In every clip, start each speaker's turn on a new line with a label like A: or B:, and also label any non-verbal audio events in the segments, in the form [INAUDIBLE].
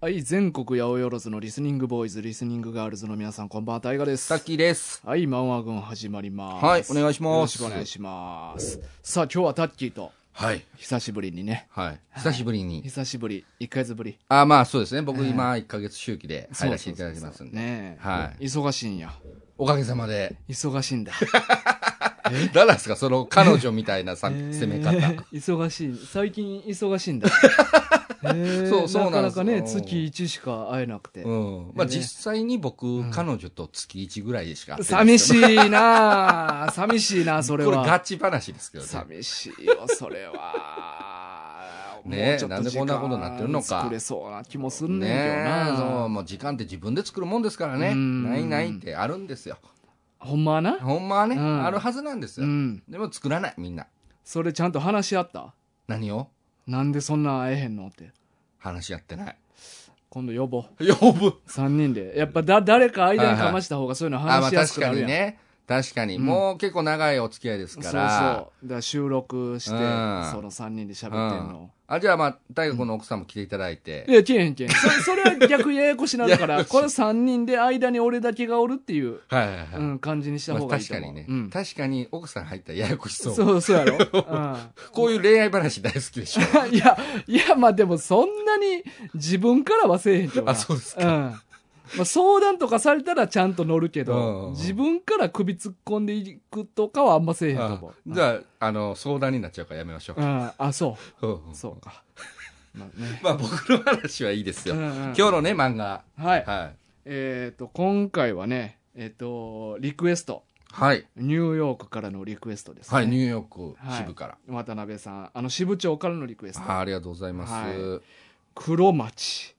A: はい、全国八百万のリスニングボーイズ、リスニングガールズの皆さん、こんばんは、大河です
B: さ。っきです。
A: はい、マンワ軍始まります。
B: はいお願いします
A: よろしくお願いします。さあ、今日はタッキーと、
B: はい。
A: 久しぶりにね。
B: はい。久しぶりに。
A: 久しぶり、1ヶ月ぶり。
B: あ、まあそうですね。僕今1ヶ月周期で入らせていただきますんで。
A: ねえ。
B: はい
A: 忙しいんや。
B: おかげさまで。
A: 忙しいんだ。
B: 誰なんですかその彼女みたいなさ [LAUGHS] 攻め方。
A: [LAUGHS] 忙しい。最近忙しいん
B: [LAUGHS]
A: だ。へえ
B: そうそうな
A: なか
B: んで
A: な
B: す
A: かね、
B: よ
A: 月1しか会えなくて。
B: うん。まあ
A: ね
B: 実際に僕、彼女と月1ぐらいでしか会ってない
A: 寂
B: ですけ
A: しいなあ寂しいなあそれ
B: ど。
A: は。
B: これガチ話ですけどね。
A: 寂しいよ、それは。
B: [LAUGHS] ねえ
A: もうちょっ
B: なんでこんなことになってるのか
A: 時間作れそうな気もすんねんけど
B: ねえ、
A: な。
B: そう、もう時間って自分で作るもんですからね。
A: うん
B: ないないってあるんですよ。
A: ほんまはな。
B: ほんまはね、
A: うん
B: あるはずなんです
A: う
B: よ。
A: ん。
B: でも作らない、みんな。
A: それちゃんと話し合った
B: 何を
A: なんでそんなん会えへんのって。
B: 話し合ってない。
A: 今度呼ぼう。
B: 呼ぶ
A: 3人で。やっぱだ、誰か間にかました方がそういうの
B: あま
A: 話
B: あ
A: しやすく
B: 確
A: な
B: か
A: る
B: に
A: やん。
B: ね確かに、
A: うん
B: もう結構長いお付き合いです
A: そう
B: か
A: そう。だ
B: ら
A: から収録して、そ
B: うん
A: の3人で喋ってんの。
B: あじゃあまあ大学の奥さんも来ていただいて、
A: いや、けえへんけえへん。そそれは逆ややこしなるか
B: や
A: ら、
B: [LAUGHS] やこしい
A: この3人で間に俺だけがおるっていう、
B: はいはいはい、
A: うん、感じにした
B: まあ
A: 方がいい
B: 確
A: と
B: か
A: 思う。
B: にね、
A: うん
B: 確かに奥さん入ったらややこしそう
A: そう、そうや
B: [LAUGHS]
A: ろ。うん
B: こういう恋愛話大好きでしょ
A: いや、いや、まあでもそんなに自分からはせえへんけどな。
B: あそうです
A: うん。まあ相談とかされたらちゃんと乗るけ
B: うんうん
A: ど
B: う、ん
A: 自分から首突っ込んでいくとかはあんませえへんと
B: あ
A: 思う。
B: じゃああの相談になっちゃうからやめましょう
A: う、ん、あ、そ
B: うんう
A: う。
B: ん
A: そうか。まあね。
B: まあ僕の話はいいですよ、
A: うんうん
B: 今日のね漫画
A: はい。
B: はい
A: えっと、今回はね、えっと、リクエスト。
B: はい、
A: ニューヨークからのリクエストですね。
B: はい、ニューヨーク支部から、
A: 渡辺さん、あの支部長からのリクエスト。
B: あありがとうございます、
A: は黒町。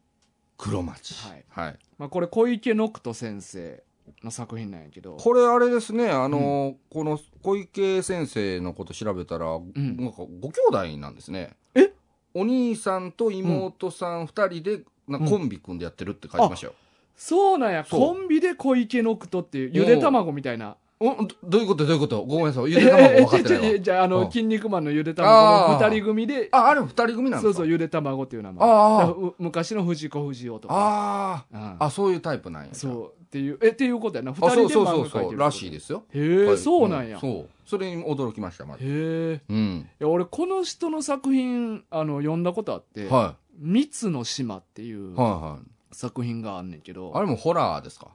B: 黒町
A: はい
B: はい
A: まあこれ小池ノクト先生の作品なんやけど。
B: これあれですね、あの、この小池先生のこと調べたら、
A: ん
B: なんかご兄弟なんですね。
A: え
B: お兄さんと妹さん二人で、なんかコンビ組んでやってるって書いてましたよ。
A: そうなんや、
B: そう
A: コンビで小池ノクトっていう、ゆで卵みたいな。
B: おどどういうことどういうことごめんなさい。ゆで卵分かって
A: え
B: ない
A: ええ
B: わ。
A: じゃあ、あの、
B: うん
A: 筋肉マンのゆで卵
B: あ
A: の
B: ー
A: 二人組で、
B: あ、あれ二人組なん
A: そ
B: で
A: う
B: すか
A: そう、ゆで卵っていう名前。
B: あー
A: だからう昔の藤子不二雄とか。
B: あ
A: うん
B: あ、あ、そういうタイプなんや。
A: そう、っていう、え、っていうことやな。二
B: あ、そ
A: 人
B: う
A: で
B: そ
A: 漫
B: う
A: 画
B: そ
A: 描いうてるって
B: そ
A: こと。
B: う、らしいですよ。
A: へ
B: は
A: え、
B: い
A: そうなんや。へ
B: そう。それに驚きました、まず。
A: え。い
B: うん。
A: や、俺、この人の作品、あの、読んだことあって、
B: は
A: 三つの島っていう
B: い。はいはい。
A: 作品があんねんけど、
B: あれもホラーですか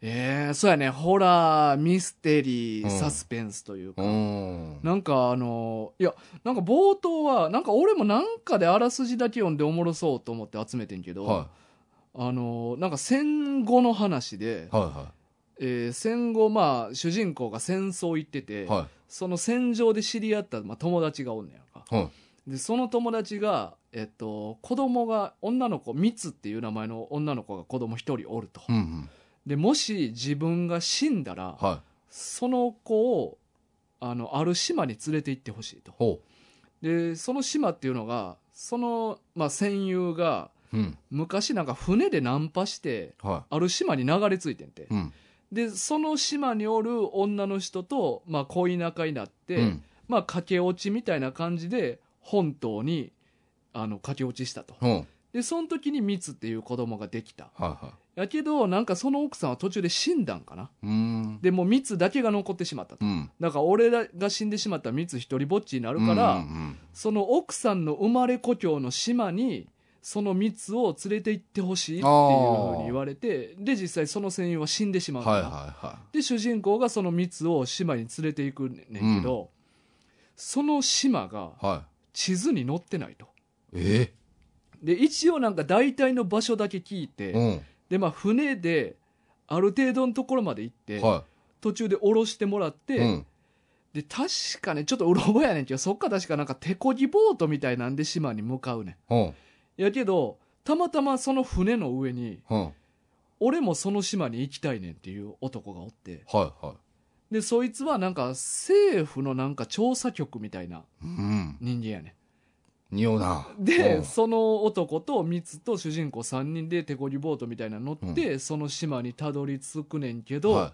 A: ええそうやね、ホラー、ミステリー、
B: うん
A: サスペンスというか
B: う、ん。
A: なんかあのいや、なんか冒頭は、なんか俺もなんかであらすじだけ読んでおもろそうと思って集めてんけど、
B: は
A: あのなんか戦後の話で
B: い。、はいは
A: えー戦後まあ主人公が戦争行ってて、
B: い。は
A: その戦場で知り合った、まあ、友達がおんねやんか。
B: い。はい。
A: で、その友達が、えっと、子供が、女の子、ミツっていう名前の女の子が子供一人おると。
B: うんうん。
A: で、もし自分が死んだら、
B: はい。
A: その子を、あの、ある島に連れて行ってほしいと。
B: ほ
A: でその島っていうのがその、まあ、戦友が
B: う。うん。
A: 昔なんか船でナンパして
B: は
A: ある島に流れ着いてんて、
B: い。うん。
A: でその島におる女の人と、まあ、恋仲になって、
B: うん
A: まあ、駆け落ちみたいな感じで本島にあの駆け落ちしたと
B: うん。はい
A: でその時にミツっていう子供ができた
B: は。
A: やけどなんかその奥さんは途中で死んだんかない
B: うーん。
A: でもうミツだけが残ってしまったと
B: うん。
A: だから俺らが死んでしまったらミツ一人ぼっちになるから、
B: うんうん
A: その奥さんの生まれ故郷の島に、その蜜を連れて行ってほしいっていうふうに言われて、で、実際その戦友は死んでし
B: う
A: ま
B: ん
A: う、
B: はいはいは
A: で、主人公がその蜜を島に連れて行くねんけど、その島が
B: い。は
A: 地図に載ってないと。
B: い。え
A: で、一応なんか大体の場所だけ聞いて、
B: え
A: で、まあ船で、ある程度のところまで行って、
B: うん。は
A: 途中で降ろしてもらって、
B: い。うん。
A: で、確かね、ちょっとうろ覚えやねんけど、そっから確かなんか手こぎボートみたいなんで島に向かうねん。
B: うん。
A: やけど、たまたまその船の上に、
B: うん。はい
A: 俺もその島に行きたいねんっていう男がおって、
B: は。
A: で、そいつはなんか政府のなんか調査局みたいない
B: うん。
A: 人間やね
B: 匂うな。
A: ん。で、
B: うん
A: その男とミツと主人公3人で手こぎボートみたいなの乗って、その島にたどり着くねんけど、
B: は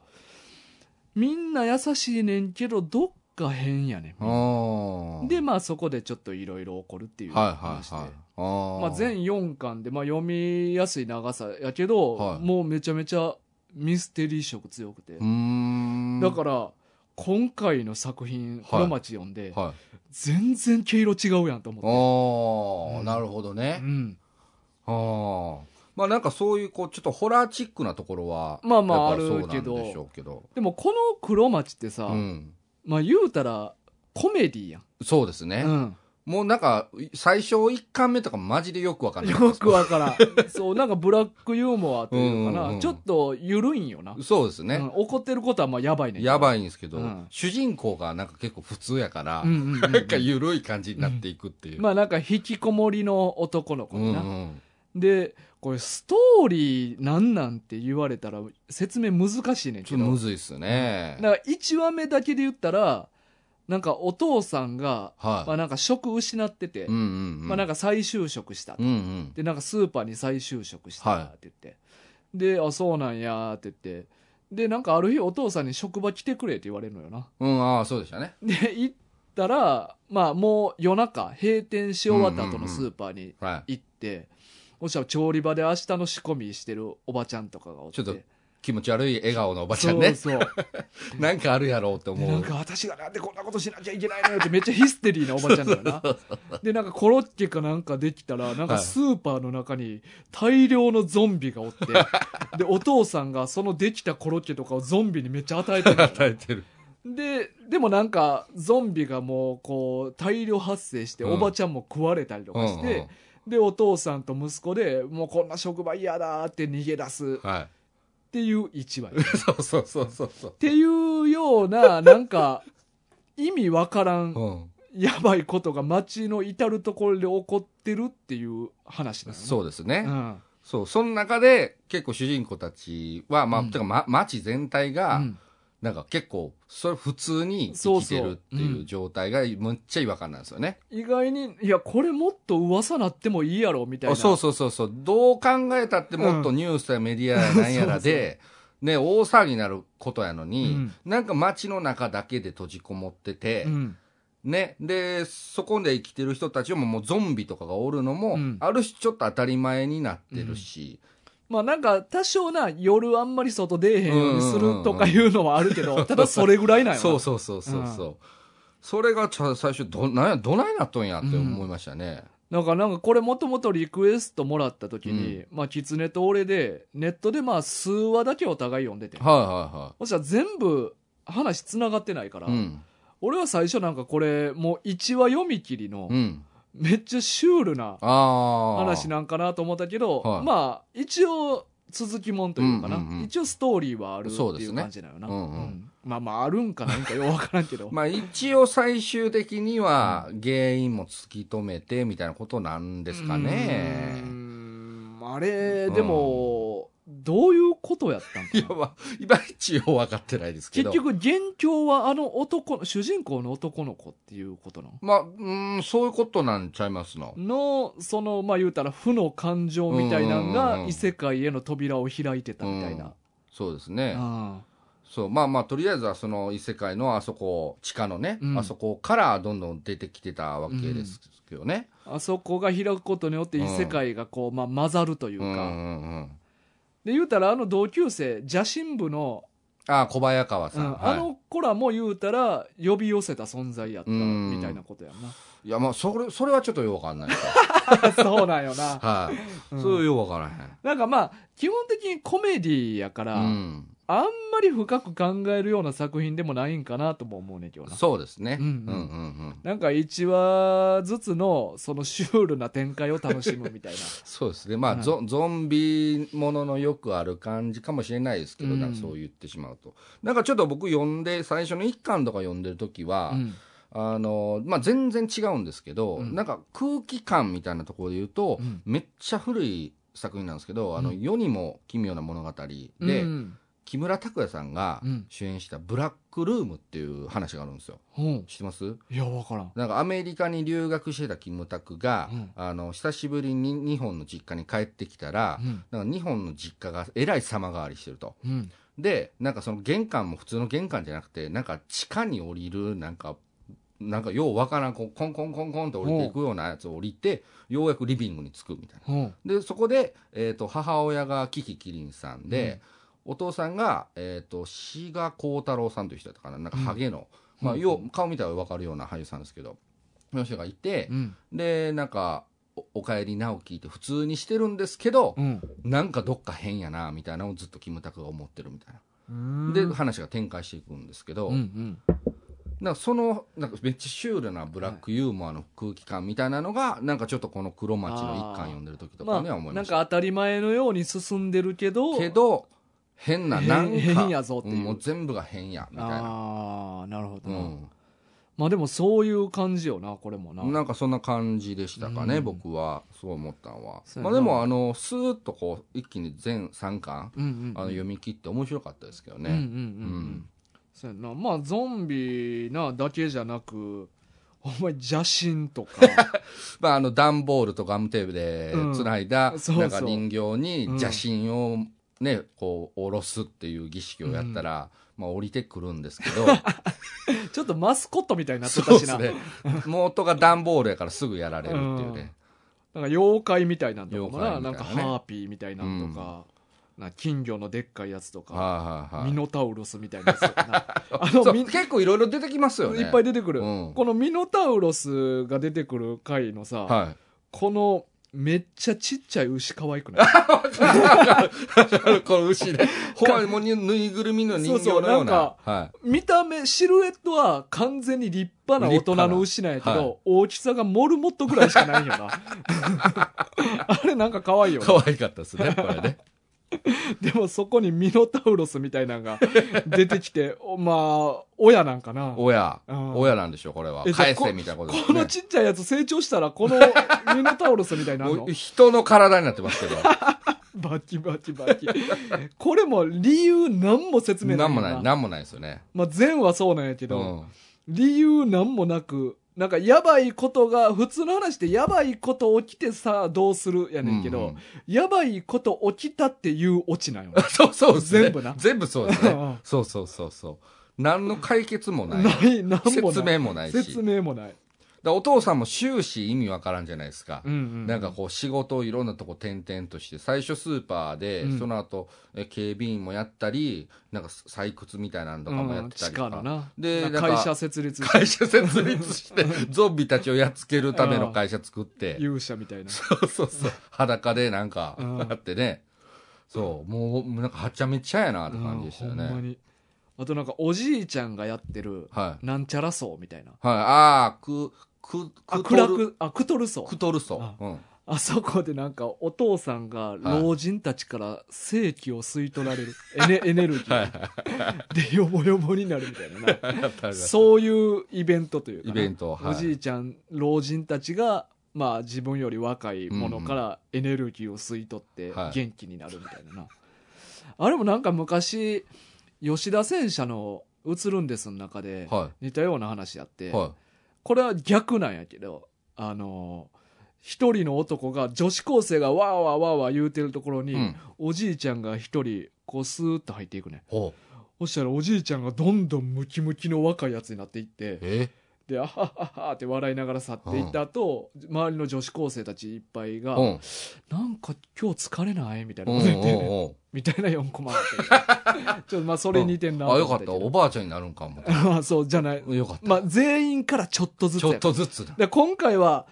A: みんな優しいねんけど、どっかへんやね
B: あー
A: でまあそこでちょっといろいろ起こるっていう
B: はい
A: 話で、
B: はいはいあー
A: まあ、全4巻で、まあ、読みやすい長さやけど、
B: はい
A: もうめちゃめちゃミステリー色強くて、
B: うーん
A: だから今回の作品「
B: はい
A: 黒町」読んで、
B: はい
A: 全然毛色違うやんと思っ
B: ああ、
A: うん
B: なるほど
A: て、
B: ね
A: う、ん、
B: ああまあなんかそういうこうちょっとホラーチックなところは
A: まあまあ
B: やっぱそう
A: あるけど
B: なんでしょうけど、
A: でもこの「黒町」ってさ、
B: うん、
A: まあ言うたらコメディやん、
B: そうですね、
A: うん
B: もうなんか最初1巻目とかマジでよくわかんない
A: よくわからんそうなんかブラックユーモアというのかな、
B: うんうんうん
A: ちょっと緩いんよな、
B: そうですね、
A: うん怒ってることはまあやばいね
B: や
A: い、
B: ばいんですけど、
A: うん
B: 主人公がなんか結構普通やから、
A: うんうんうんうん
B: なんか緩い感じになっていくっていう、
A: まあなんか引きこもりの男の子
B: うん
A: に
B: う
A: な、
B: ん
A: でこれストーリーなんなんて言われたら説明難しいねん
B: ち
A: け
B: ょっと
A: ど
B: むずいっすね、
A: なんか1話目だけで言ったらなんかお父さんが、
B: はい、
A: まあ、なんか職失ってて、
B: うんうんうん
A: まあ、なんか再就職したと、
B: うんうん
A: でなんかスーパーに再就職したって言って、であそうなんやーって言ってでなんかある日お父さんに職場来てくれって言われるのよな
B: うん、ああそうでしたね
A: で行ったらまあもう夜中閉店し終わった後のスーパーに
B: はい
A: 行って、おっしゃ調理場で明日の仕込みしてるおばちゃんとかがおって
B: ちょっと気持ち悪い笑顔のおばちゃんね
A: そうそう
B: なんかあるやろうって
A: で
B: [LAUGHS] 思
A: なん
B: う
A: か私がなんでこんなことしなきゃいけないのよってめっちゃヒステリーなおばちゃんだよ
B: [LAUGHS]
A: なでなんかコロッケかなんかできたらなんか
B: はい
A: スーパーの中に大量のゾンビがおってでお父さんがそのできたコロッケとかをゾンビにめっちゃ与えて
B: [LAUGHS]
A: るのよ
B: 与えてる
A: ででもなんかゾンビがもうこう大量発生して
B: うん
A: おばちゃんも食われたりとかして、
B: うんうん
A: でお父さんと息子でもうこんな職場嫌だーって逃げ出す
B: は
A: っていう一話。っ
B: い。 [LAUGHS] そうそうそうそうそう。
A: ていうような、なんか、意味わからん、
B: う。
A: やばいことが街の至るところで起こってるっていう話なんのね。
B: そうですね。
A: うん。
B: そう。その中で、結構主人公たちは、まあ、
A: うん
B: てか、ま、街全体が、
A: うん
B: なんか結構、それ普通に生きてるって
A: そうそう
B: いううん状態が、むっちゃ違和感なんですよね。
A: 意外に、いや、これもっと噂なってもいいやろ、みたいな。
B: そうそうそうそう。どう考えたってもっとニュースやメディアやなん
A: [LAUGHS]
B: やらで、ね、大騒ぎになることやのに、
A: うん
B: なんか街の中だけで閉じこもってて、
A: うん。
B: ね、でそこで生きてる人たちももうゾンビとかがおるの
A: う
B: も、
A: ん
B: ある種ちょっと当たり前になってるし、
A: まあなんか、多少な、夜あんまり外出えへんようにするとかいうのはあるけ
B: うんうんう
A: ど、
B: ん
A: ただそれぐらいなんよな。
B: そうそうそうそうそう、それがちゃ最初どなんやどないなっとんやって思いましたね、
A: なんか、なんかこれもともとリクエストもらった時に、まあ、キツネと俺で、ネットでまあ、数話だけお互い読んでて。
B: はいは
A: そしたら全部話つながってないから、
B: いはいうん
A: 俺は最初なんかこれもう1話読み切りの
B: うん
A: めっちゃシュールな
B: ああ
A: 話なんかなと思ったけど、
B: はい
A: まあ一応続きもんというかな、
B: うんうんうん
A: 一応ストーリーはあるって
B: そうで
A: い
B: す
A: う
B: ね
A: 感じなよな、
B: うんうん
A: まあまああるんかなんかようわからんけど、
B: まあ一応最終的には原因も突き止めてみたいなことなんですかね
A: うーんあれでも、どういうことやったん
B: い
A: か
B: や
A: な
B: まあいまいちよう分かってないですけど
A: 結局元凶はあの男の主人公の男の子っていうことなの
B: まあうんそういうことなんちゃいますの
A: のそのまあ言うたら負の感情みたいなの
B: うんうん
A: が
B: うん
A: 異世界への扉を開いてたみたいな、
B: そうですね、
A: あ
B: そう、まあまあ、とりあえずはその異世界のあそこ、地下のね、
A: うん
B: あそこからどんどん出てきてたわけですけどね。
A: ああそこが開くことによって異世界がこう、まあ、混ざるという
B: う
A: か、
B: んうんうん。
A: で言うたらあの同級生邪神部の、
B: ああ、小早川
A: う
B: さん。
A: ん
B: はい、
A: あの子らも言うたら呼び寄せた存在やった
B: うん
A: みたいなことやんな、
B: いや、まあ、それ、それはちょっとよくわかんないです
A: [LAUGHS]
B: よ
A: そうなんよな、
B: はい、
A: うん
B: それよくわからへ
A: なんかまあ基本的にコメディやから、
B: ん。うん。
A: あんまり深く考えるような作品でもないんかなとも思うねんけどな
B: そうですね。
A: う
B: うんん
A: う
B: うんんうん。
A: なんか1話ずつのそのシュールな展開を楽しむみたいな。
B: そうですね。まあ、
A: はい
B: ゾゾンビもののよくある感じかもしれないですけど、
A: うん
B: なんかそう言ってしまうと。なんかちょっと僕読んで、最初の一巻とか読んでるときは、
A: うん
B: [LAUGHS] あのまあ、全然違うんですけど、
A: うん
B: なんか空気感みたいなところで言うと、
A: うん
B: めっちゃ古い作品なんですけど「あの
A: うん
B: 世にも奇妙な物語で」
A: うん
B: 木村拓哉さんが
A: うん
B: 主演した「ブラックルーム」っていう話があるんですよ。
A: うん
B: 知ってます
A: いや、わからん。
B: なんかアメリカに留学してたキムタクが、
A: うん
B: あの久しぶりに日本の実家に帰ってきたら、
A: うん
B: なんか日本の実家がえらい様変わりしてると。
A: うん
B: で、なんかその玄関も普通の玄関じゃなくて、なんか地下に降りる、なんか、なんかようわからん、こうコンコンコンコンって降りていくようなやつを降りて、ようやくリビングに着くみたいな。
A: うん
B: で、そこで、えっ、と、母親がキキキリンさんで、お父さんが、えっ、と、志賀幸太郎さんという人だったかな、なんかハゲの、まあ、よう、顔見たらわかるような俳優さんですけど、その人がいて、
A: うん
B: で、なんか、おおかえり直樹って普通にしてるんですけど
A: う、ん
B: なんかどっか変やな、みたいなのをずっとキムタクが思ってるみたいな。
A: うん
B: で話が展開していくんですけど、
A: うん
B: なんかそのなんかめっちゃシュールなブラックユーモアの空気感みたいなのがなんかちょっとこの「黒町」の一巻読んでる時と
A: ま
B: か
A: あ、
B: には思い
A: な
B: ま
A: ん
B: し
A: か
B: た、
A: 当たり前のように進んでるけど
B: けど変ななんか
A: へ変やぞっていうん
B: もう全部が変やみたいな、
A: ああなるほど
B: う
A: な、
B: ん、
A: まあでもそういう感じよなこれもな
B: なんかそんな感じでしたかね、
A: うん
B: 僕はそう思ったんは、
A: そうや
B: ま
A: な
B: あ、でもあのスーッとこう一気に全3巻
A: うんうんうん
B: あの読み切って面白かったですけど
A: うんうん
B: ね、
A: うんうん、そうやなまあゾンビなだけじゃなくお前邪神
B: [LAUGHS]
A: とか
B: まあ、あの段ボールとガムテープで
A: うん
B: つないだ、
A: そうそう
B: なんか人形に
A: うん
B: 邪神をね、こう下ろすっていう儀式をやったら、まあ、降りてくるんです
A: [LAUGHS]
B: けど
A: ちょっとマスコットみたいになって
B: そう
A: た
B: で
A: し
B: す
A: な,、
B: ね元が段ボールやからすぐやられるっていうね、
A: なんか妖怪みたいなんとかもな,、
B: 妖怪
A: な
B: みた
A: いん
B: な
A: か
B: ね
A: ハーピーみたいなんとか,、なんか金魚のでっかいやつとか、
B: はいはい
A: ミ
B: はい
A: ノタウロスみたいなやつとかな
B: [LAUGHS]
A: あ
B: そ
A: の
B: う
A: み
B: 結構いろいろ出てきますよね
A: いっぱい
B: 出て
A: 出てくる、
B: うん
A: このミノタウロスが出てくる回のさ、
B: はい
A: このめっちゃちっちゃい牛可愛くない
B: [LAUGHS] この
A: [LAUGHS]
B: 牛でほんまにもうぬいぐるみの人形のような
A: そう
B: は
A: 見た目シルエットは完全に立派な大人の牛なんやけど、
B: 立派なは
A: 大きさがモルモットぐらいしかないんよ
B: [LAUGHS]
A: なあれなんか可愛い
B: い
A: よな
B: 可愛かったですねこれね
A: でもそこにミノタウロスみたいなのが出てきておまあ親なんかな
B: 親
A: うん
B: 親なんでしょこれは
A: えじゃあ
B: 返せみたいなことです
A: この
B: ね
A: ちっちゃいやつ成長したらこのミノタウロスみたいになる
B: [LAUGHS] も
A: の
B: う人の体になってますけど
A: バキバキバキこれも理由何も説明ないよ
B: なんもない、なんもないですよね。
A: まあ、前はそうなんやけ
B: う
A: ど、
B: ん。
A: 理由なんもなく、なんかやばいことが、普通の話でやばいこと起きてさ、どうするやねんけど、
B: うんうん
A: やばいこと起きたっていうオチ
B: [LAUGHS]
A: なんよ。
B: そうそうですね。
A: 全部な
B: 全部そうです
A: うんうん
B: ね。そうそうそうそう。何の解決もな。
A: ないい、なんもない。
B: 説明もないし。
A: 説明もない。
B: だお父さんも終始意味わからんじゃないですか。
A: うんうん。
B: なんかこう仕事をいろんなとこ転々として最初スーパーで、
A: うん
B: その後え警備員もやったりなんか採掘みたいなのとかもやってたりとか、
A: うん地下のな。
B: で
A: なんか
B: なんか
A: 会社設立して
B: 会社設立してゾンビたちをやっつけるための会社作っ
A: [LAUGHS]
B: て
A: 勇者みたいな。
B: そうそうそう。裸でなんか
A: うん、
B: あってね。そう、もう、なんかはちゃめちゃやなって感じでしたよ
A: うんほんま
B: ね。
A: に。あとなんかおじいちゃんがやってる、
B: はい。
A: なんちゃら層みたいな。
B: はい。ああ、く、く、
A: あ、
B: く
A: ク
B: と
A: ラ
B: る、
A: ク、あ、クトル層
B: く。とるそ
A: あ
B: う。うん。
A: あそこでなんかお父さんが老人たちから正気を吸い取られる、エネエネルギーでヨボヨボになるみたいななそういうイベントというかな
B: イベントは
A: お
B: い
A: じいちゃん老人たちがまあ自分より若いものからエネルギーを吸い取って
B: はい
A: 元気になるみたいなな、あれもなんか昔吉田戦車の「映るんです」の中で
B: は
A: 似たような話やって、
B: い。は
A: これは逆なんやけど、あのー一人の男が、女子高生がわーわーわーわー言うてるところ
B: い。
A: に、
B: うん。
A: おじいちゃんが一人、こうスーッと入っていくね。
B: ほう。
A: そしたらおじいちゃんがどんどんムキムキの若いやつになっていって、
B: え
A: で、あはははって笑いながら去っていった後、周りの女子高生たちいっぱいが、
B: うん。
A: なんか今日疲れないみたいな [LAUGHS]
B: うん
A: こと
B: う
A: 言っ
B: ん
A: て、
B: うん
A: みたいな4コマだった。 [LAUGHS] ちょっとまあそれに似てん
B: う
A: な、
B: ん。あ、よかった。おばあちゃんになるんかも。
A: あ [LAUGHS] そう、じゃない。
B: よかっ
A: まあ全員からちょっとず
B: た。
A: つ
B: ち
A: や
B: ょ
A: から
B: っとずつ
A: [LAUGHS]
B: だ。
A: で今回は、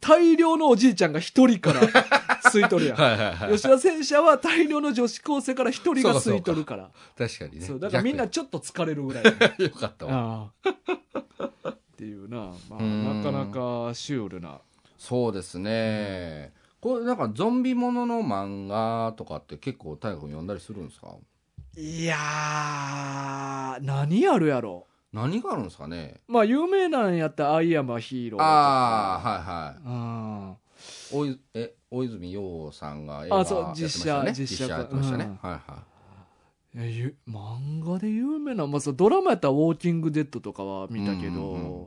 A: 大量のおじいちゃんが一人から吸い取るやん。
B: [LAUGHS] はいはいはい。
A: 吉田戦車は大量の女子高生から一人が吸い取るから。
B: 確かにね。
A: そう、だからみんなちょっと疲れるぐらい。
B: 逆や [LAUGHS] よかったわ。
A: ああっていうな、まあ、
B: う
A: な
B: ん
A: かなかシュールな。
B: そうですね。これ、なんかゾンビものの漫画とかって結構大河君読んだりするんですか
A: いやー、何やるやろ。
B: 何があるんですかね
A: まあ、有名なんやったらアイアムアヒーローと
B: あ
A: か。
B: あはいはい
A: うん
B: おいえ大泉洋さんが映
A: あそう
B: やってましたね
A: 実写
B: 実写やってましたね、
A: うん
B: はいはい
A: やゆ漫画で有名な、まあ、そうドラマやったら「ウォーキング・デッド」とかは見たけど、
B: うんうん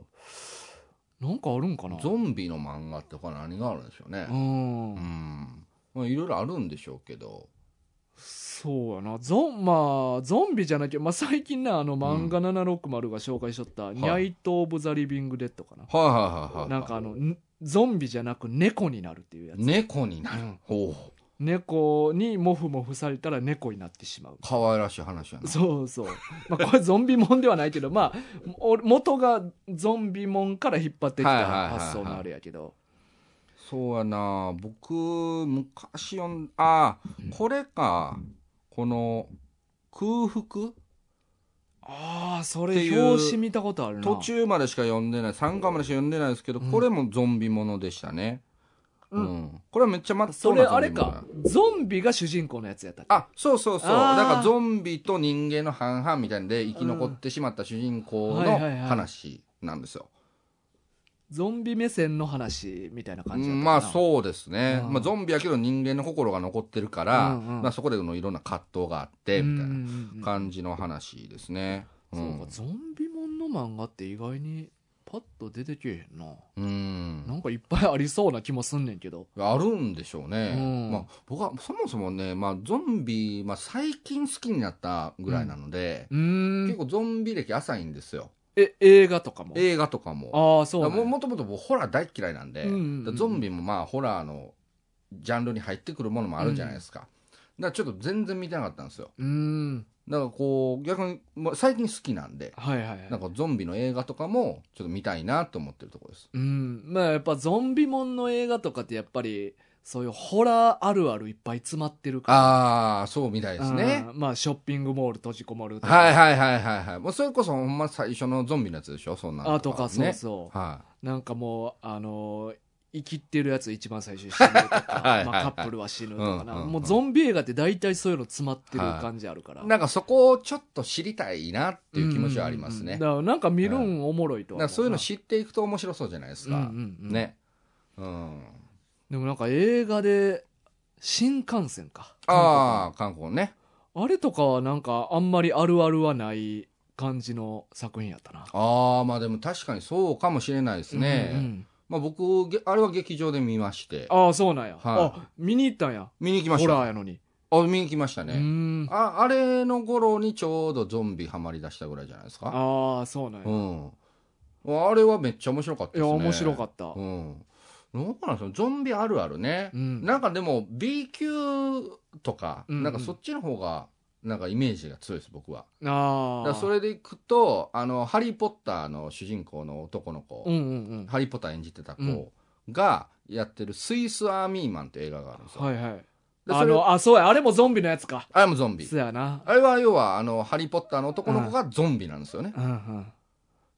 A: なんかあるんかない
B: ゾンビの漫画とか何があるんでしょうね
A: うん
B: うんまあいろいろあるんでしょうけど
A: そそうやなゾンまあゾンビじゃなきゃ、まあ、最近なあの漫画760が紹介しとった「ニャイト・オブ・ザ・リビング・デッド」かな、
B: はいはいはいはい。
A: なんかあのんゾンビじゃなく猫になるっていうやつ、
B: 猫になる。
A: うん
B: ほう。
A: 猫にモフモフされたら猫になってしまう
B: 可愛らしい話やな。
A: そうそう、まあ、これゾンビもんではないけどまあお元がゾンビもんから引っ張ってき
B: はいはいはい
A: た
B: はい
A: 発想のあれやけど
B: そうやな僕昔読んあーこれかこの空腹
A: ああそ
B: って
A: れ
B: いう
A: 表紙見たことあるな
B: 途中までしか読んでない3巻までしか読んでないですけど、
A: うん
B: これもゾンビものでしたねう
A: うん
B: ん、これはめっちゃまっと
A: そう
B: な
A: れあ
B: ゾンビ
A: れ
B: ものや
A: かゾンビが主人公のやつやったっけ
B: あそうそうそうだ
A: あー
B: からゾンビと人間の半々みたいなんで生き残ってしまった主人公
A: うんはいはいはい
B: の話なんですよ、
A: ゾンビ目線の話みたいな感じだった
B: うん
A: かな
B: まあそうですね、
A: うん
B: まあ、ゾンビやけど人間の心が残ってるから、
A: うんうん
B: まあ、そこでのいろんな葛藤があってみたいな、
A: うんうんうん
B: 感じの話ですね。う
A: そうか
B: ん。
A: ゾンビもんの漫画って意外にパッと出てけえへんな
B: うん
A: なんかいっぱいありそうな気もすんねんけど
B: あるんでしょうね。
A: うん
B: まあ、僕はそもそもね、まあ、ゾンビ、まあ、最近好きになったぐらいなので、
A: うー
B: 結
A: ん
B: 構ゾンビ歴浅いんですよ。
A: え映画とかも
B: 映画とかも。
A: ああそうな
B: だ
A: ん
B: か
A: や
B: らももともと僕ホラー大っ嫌いなんで、
A: うんうんうん
B: だからゾンビもまあ、ホラーのジャンルに入ってくるものもあるじゃないですか。だからちょっと全然見てなかったんですよ。
A: うーん
B: だからこう、逆に、まあ、最近好きなんで、
A: はいはいはい
B: なんかゾンビの映画とかもちょっと見たいなと思ってるところです。
A: うんまあやっぱゾンビもんの映画とかってやっぱりそういうホラーあるあるいっぱい詰まってるから
B: ああ、そうみたいですね。
A: うんまあショッピングモール閉じこもるとか
B: はいはいはいはいはい。もうそれこそほんま最初のゾンビのやつでしょそんな
A: あとかそう
B: ね
A: そう
B: は
A: なんかもう、あのー生きってるやつ一番最初に死ぬとか
B: [LAUGHS] はいはいはい
A: まあ、カップルは死ぬとかな、
B: うんうんうん
A: もうゾンビ映画って大体そういうの詰まってる感じあるから、
B: い。なんかそこをちょっと知りたいなっていう気持ちはありますね。
A: うんうんうんだからなんか見るんおもろいとは思
B: なんかそういうの知っていくと面白そうじゃないです
A: うんう
B: か。
A: んうん
B: ね。うん。
A: でもなんか映画で新幹線か
B: ああ、韓国ね。
A: ああれとかはなんかあんまりあるあるはない感じの作品やったな
B: ああ、まあでも確かにそうかもしれないですね。
A: うんうん
B: まあ僕、げあれは劇場で見まして。
A: ああそうなんや、あ
B: は
A: 見に行ったんや
B: 見に行きまし
A: ホラ
B: た。
A: ーやのに、
B: あ見に行きました
A: う
B: ね。
A: ーん
B: ああれの頃にちょうどゾンビハマり出したぐらいじゃないですか。
A: ああそうなんや、い
B: うん、あれはめっちゃ面白かったです
A: や
B: ね
A: 面白かった、
B: うんどうなんですかゾンビあるあるね、
A: うん
B: なんかでも B 級とか、
A: うんうん
B: なんかそっちの方がなんかイメージが強いです僕は
A: あ
B: だ
A: あ
B: からそれでいくとあの「ハリー・ポッター」の主人公の男の子、
A: うんうん
B: ハリー・ポッター演じてた
A: う
B: 子がやってる「スイス・アーミーマン」って映画があるんです
A: うん
B: よ、
A: はいはい
B: でそ
A: あ
B: れ
A: のあそうやあれもゾンビのやつか
B: あれもゾンビ
A: そうやな
B: あれは要はあのハリー・ポッターの男の子がゾンビなんですよね、
A: うんうん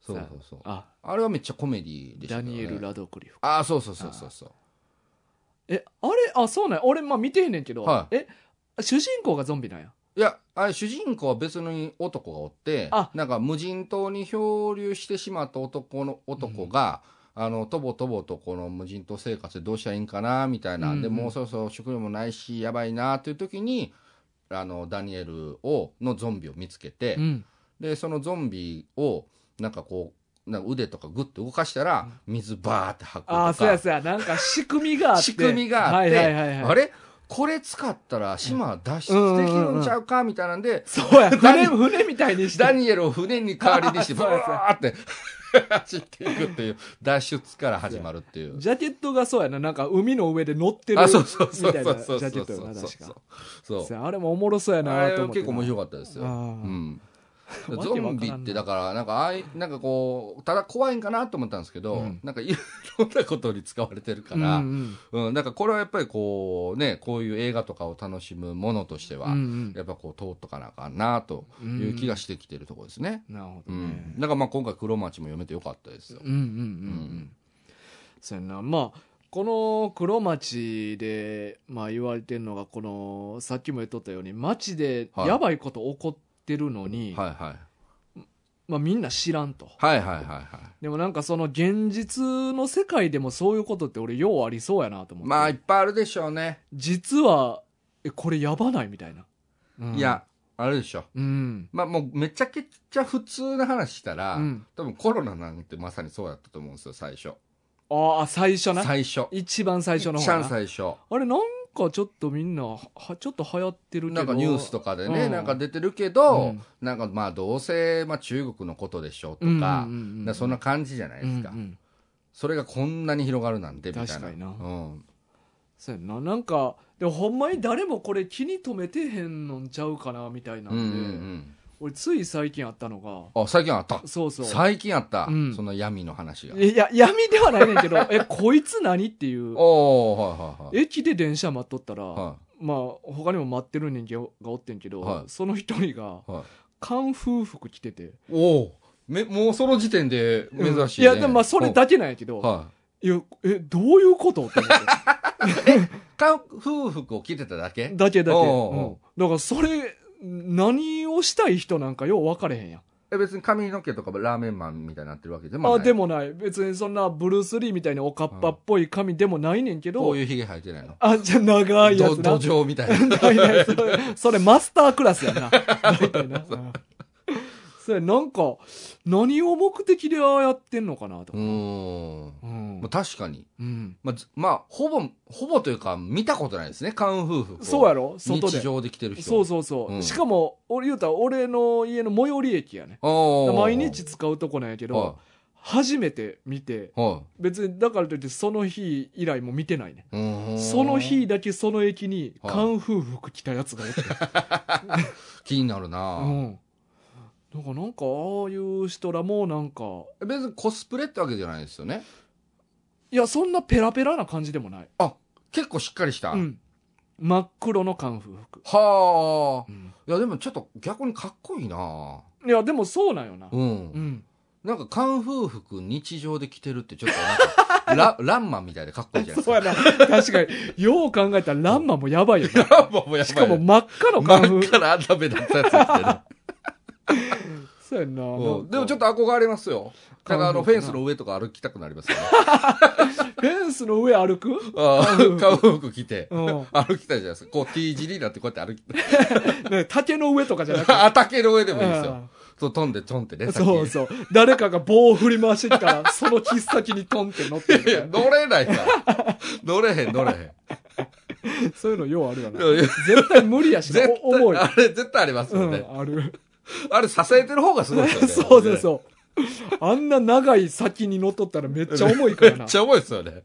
B: そうそうそう
A: あ
B: あれはめっちゃコメディでした
A: ダ
B: よね
A: ニエル・ラドクリフ
B: ああ、そうそうそうそうそう。
A: えあれあそうなんや俺まあ見てへんねんけど、
B: は
A: え主人公がゾンビなんや
B: いや、あれ主人公は別に男がおって
A: あ、
B: なんか無人島に漂流してしまった男の男が、あの、とぼとぼとこの無人島生活でどうしたらいいんかな、みたいな。
A: うん
B: で、
A: うん
B: もうそろそろ食料もないし、やばいな、という時に、あの、ダニエルを、のゾンビを見つけて、
A: うん
B: で、そのゾンビを、なんかこう、なんか腕とかグッと動かしたら、水バーって吐くとか。
A: あそうやそうやなんか仕組みがあって
B: 仕組みがあって、
A: はいはいはい、はい、
B: あれこれ使ったら島脱出できるんちゃうかみたいなんで、
A: そうや
B: ダニ
A: 船船みたいにして
B: ダニエルを船に代わりにして、ブ
A: [LAUGHS] そうそう
B: ワーって [LAUGHS] 走っていくっていう、脱出から始まるっていう。
A: ジャケットがそうやななんか海の上で乗ってる
B: あ、
A: みた
B: そ
A: いうなジ
B: そうそうそうそうそう
A: ャケ
B: そ
A: ッ
B: う
A: トよな
B: そう
A: 確か
B: そう。
A: そうやあれもおもろそうや
B: あ
A: な
B: れ
A: と思
B: は
A: って
B: 結構面
A: 白
B: 白かったですよ。
A: あ
B: う
A: ー
B: ん。
A: [LAUGHS] わけわ
B: ゾ
A: からんな
B: ンビってだから、なんかああい、なんかこう、ただ怖いんかなと思ったんですけど、
A: うん
B: なんかいろんなことに使われてるから、
A: う
B: うん、
A: ん
B: なんかこれはやっぱりこう、ね、こういう映画とかを楽しむものとしては、
A: うんうん
B: やっぱこう通っとかなあかんなと
A: うん
B: いう気がしてきてるところですね。
A: なるほ
B: う
A: ど
B: ん。
A: ね、
B: だからまあ今回黒町も読めてよかったですよ。
A: うんうんうんうんそうやなまあこの黒町で、まあ、言われてるのがこのさっきも言っとったように町で
B: はい
A: やばいこと起こってるのに、
B: はいはい。
A: まあ、みんな知らんと
B: はいはいはいはい。
A: でもなんかその現実の世界でもそういうことって俺ようありそうやなと思って、
B: まあいっぱいあるでしょうね。
A: 実はえこれやばないみたいな、うん
B: いや、あるでしょ。
A: うん
B: まあもうめちゃくちゃ普通な話したら、
A: うん
B: 多分コロナなんてまさにそうだったと思うんですよ、最初。
A: ああ最初な
B: 最初。
A: 一番最初の
B: 一
A: 方
B: 番
A: な
B: 最初。
A: あれなんかちょっとみんなはちょっと流行ってるけど
B: なんかニュースとかでね、
A: うん
B: なんか出てるけど、
A: うん
B: なんかまあどうせ、まあ、中国のことでしょうとか,、
A: うんうんうんうん
B: なんかそんな感じじゃないですか、
A: うんうん
B: それがこんなに広がるなんてみたいな
A: 確かにな
B: うん、
A: そうやんななんかでもほんまに誰もこれ気に留めてへんのんちゃうかなみたいなん
B: うんう
A: で、
B: ん
A: 俺つい最近あったのが
B: うんあ最近あった
A: そうそう
B: 最近あった、
A: うん
B: その闇の話が
A: いや闇ではないねん
B: [LAUGHS]
A: けどえこいつ何っていう
B: おおはいはいはい
A: 駅で電車待っとったら、
B: は
A: まあ他にも待ってる人間がおってんけど、
B: はい
A: その一人が
B: いはい
A: カンフー服着てて
B: おおめもうその時点で珍しい、
A: い
B: ね
A: やでもまあそれだけなんやけど、
B: うんはい
A: やえどういうことって思って
B: いか夫婦を着てただ [LAUGHS] け
A: だけだけ、
B: おうおう
A: うんだからそれ何をしたい人なんかよう分かれへんやん
B: え別に髪の毛とかラーメンマンみたいになってるわけでも
A: あ
B: ない
A: でもない別にそんなブルース・リーみたいなおかっぱっぽい髪でもないねんけ
B: こ
A: ど、
B: ういうひげ生えてないの
A: あじゃあ長いや
B: ど
A: つな
B: 土壌みたいな
A: ないない [LAUGHS] それそれマスタークラスやな大体なうんそれなんか何を目的でああやってんのかなと
B: うーん
A: うん
B: まあ、確かに、
A: うん
B: まあず、まあほぼほぼというか見たことないですねカン夫婦
A: そうや
B: ろ
A: ろ外
B: 日
A: で
B: 常で来てる人
A: そうそうそう、
B: うん
A: しかも俺言うたら俺の家の最寄り駅やね
B: おー
A: 毎日使うとこなんやけ
B: は
A: ど初めて見て
B: いは
A: 別にだからといってその日以来も見てないね
B: い、うーん
A: その日だけその駅に
B: はい
A: カンフー服着たやつがおって、
B: 気になるな、
A: うん、だからなんかああいう人らもなんか
B: 別にコスプレってわけじゃないですよね
A: いや、そんなペラペラな感じでもない。
B: 結構しっかりした、
A: うん。真っ黒のカンフー服。
B: はあ
A: うん
B: いやでもちょっと逆にかっこいいない
A: や、でもそうなんよな。
B: うん、
A: うん。
B: なんかカン夫婦日常で着てるってちょっ
A: [LAUGHS]
B: となんかラランマンみたいでかっこいいじゃないです
A: そう
B: か
A: やな。確かに。よう考えたらランマもやばいよな。
B: ランマンもやばい
A: しかも真っ赤のカンフ
B: 真っ
A: ー服。
B: 赤なアダメだったやつ
A: [LAUGHS]
B: 着てる
A: そうやんな。
B: うんでもちょ
A: と。
B: っと憧れますよ。だからあの
A: カ
B: フ
A: ン
B: ェ
A: フー服な
B: ンスの上とか歩きたくなりますよね。
A: フェンスの上歩く
B: あ
A: カンフ
B: ー
A: ー
B: カウフ服着て、
A: うん。
B: 歩きたいじゃないですか。こう T 字になってこうやって歩きたい。
A: ね竹の上とかじゃなくて。
B: あ、竹の上でもいいです
A: う
B: よ。
A: ん
B: そう飛んでちょんってね、先
A: そうそう。誰かが棒を振り回してき
B: [LAUGHS]
A: たら、その切っ先にトンって乗ってるみた
B: い
A: い
B: や、
A: な
B: 乗れないから。乗れへん、乗れへん。
A: そういうのようあるよな。
B: いやいや
A: 絶対無理やしな、
B: 絶
A: お重い
B: 対、。あれ絶対あります
A: う
B: よね。
A: ん、ある。
B: あれ支えてる方がすごいですよ
A: [LAUGHS]
B: ね。
A: そうそうそう。あんな長い先に乗っとったらめっちゃ重いから
B: め
A: な
B: っ。ちゃ重いですよね。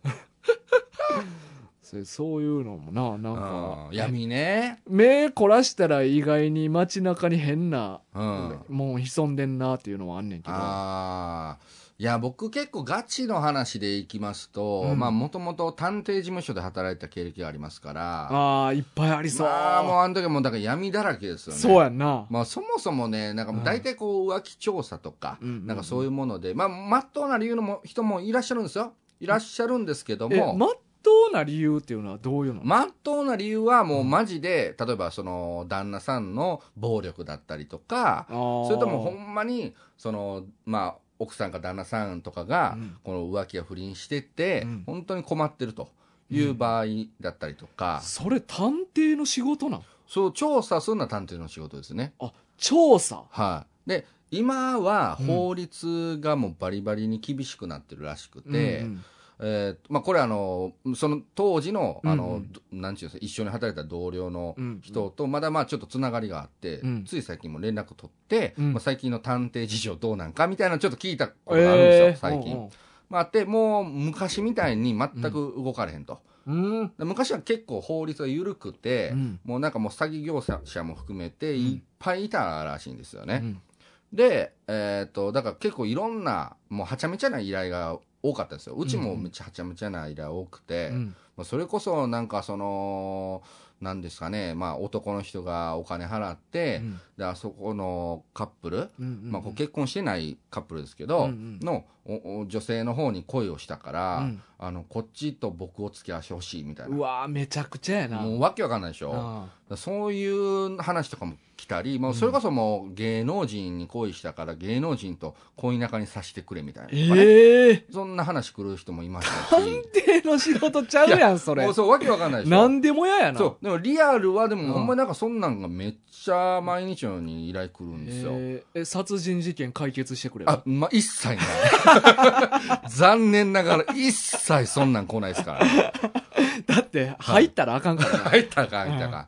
A: そうそういうのもな、なん
B: あ
A: か
B: ー、闇ね。
A: 目凝らしたら意外に街中に変な、
B: うん。
A: もう潜んでんなっていうのはあんねんけど。
B: ああ。いや、僕結構ガチの話でいきますと、
A: うん
B: まあもともと探偵事務所で働いた経歴がありますから、
A: ああ、いっぱいありそう。
B: まあもうあの時はもうだから闇だらけですよね。
A: そうやんな。
B: まあそもそもね、なんかもう大体こう浮気調査とか、
A: うんうんうん
B: なんかそういうもので、まあ真っ当な理由のも人もいらっしゃるんですよ。いらっしゃるんですけど
A: え、
B: も、
A: まっとうな理由っていうのはどういうの、
B: 真っ当な理由はもうマジで、例えばその旦那さんの暴力だったりとか、そ
A: そ
B: れともほんまにその、まあ、奥さんか旦那さんとかが、
A: うん
B: この浮気や不倫してて、
A: うん
B: 本当に困ってるという場合だったりとか、
A: それ探偵の仕事なん
B: そう調査するのは探偵の仕事ですね。
A: あ、調査。
B: はい、で今は法律がもうバリバリに厳しくなってるらしくて、
A: うんうん
B: えーまあ、これあのその当時のあの、
A: うんうん
B: どなんちゅうんですか一緒に働いた同僚の
A: うんうん
B: 人とまだまあちょっとつながりがあって、
A: うん
B: つい最近も連絡取って、
A: うん
B: まあ、最近の探偵事情どうなんかみたいなのちょっと聞いたことがあるんですよ、
A: えー
B: 最近。
A: うん
B: まあ、あってもう昔みたいに全く動かれへんと、
A: うんうん
B: で昔は結構法律が緩くて、
A: うん
B: もうなんかもう詐欺業者も含めていっぱいいたらしいんですよね、
A: うん
B: で、えー、とだから結構いろんなもうはちゃめちゃな依頼が多かったんですようちもめっちゃはちゃめちゃな依頼多くて、
A: うん
B: まあ、それこそなんかそのなんですかね、まあ、男の人がお金払って、
A: うん
B: であそこのカップル、
A: うんうん
B: まあ、こう結婚してないカップルですけど、
A: うんうん
B: のおお女性の方に恋をしたから、
A: うん
B: あのこっちと僕を付き合わせてほしいみたいうな。
A: わーめちゃくちゃやな。
B: もうわけわかんないでしょだか
A: あ
B: らそういう話とかも来たり、もうそれこそもう芸能人に恋したから芸能人と恋仲にさせてくれみたいな
A: あ
B: とかね、
A: ええ
B: そんな話来る人もいました
A: 探
B: し
A: 偵の仕事ちゃうやん、そ
B: も
A: れ
B: う。そうわけわかんないでしょ
A: なんでもややな。
B: そうでもリアルはで
A: うん
B: もほんまになんかそんなんがめっちゃ毎日のように依頼来るんですよ、
A: えーえ、殺人事件解決してくれる
B: あ、まあ、一切 [LAUGHS] ない。残念ながら、一切そんなん来ないですから。
A: だって、入ったらあかん
B: [LAUGHS]
A: からな。
B: 入ったか、入ったか。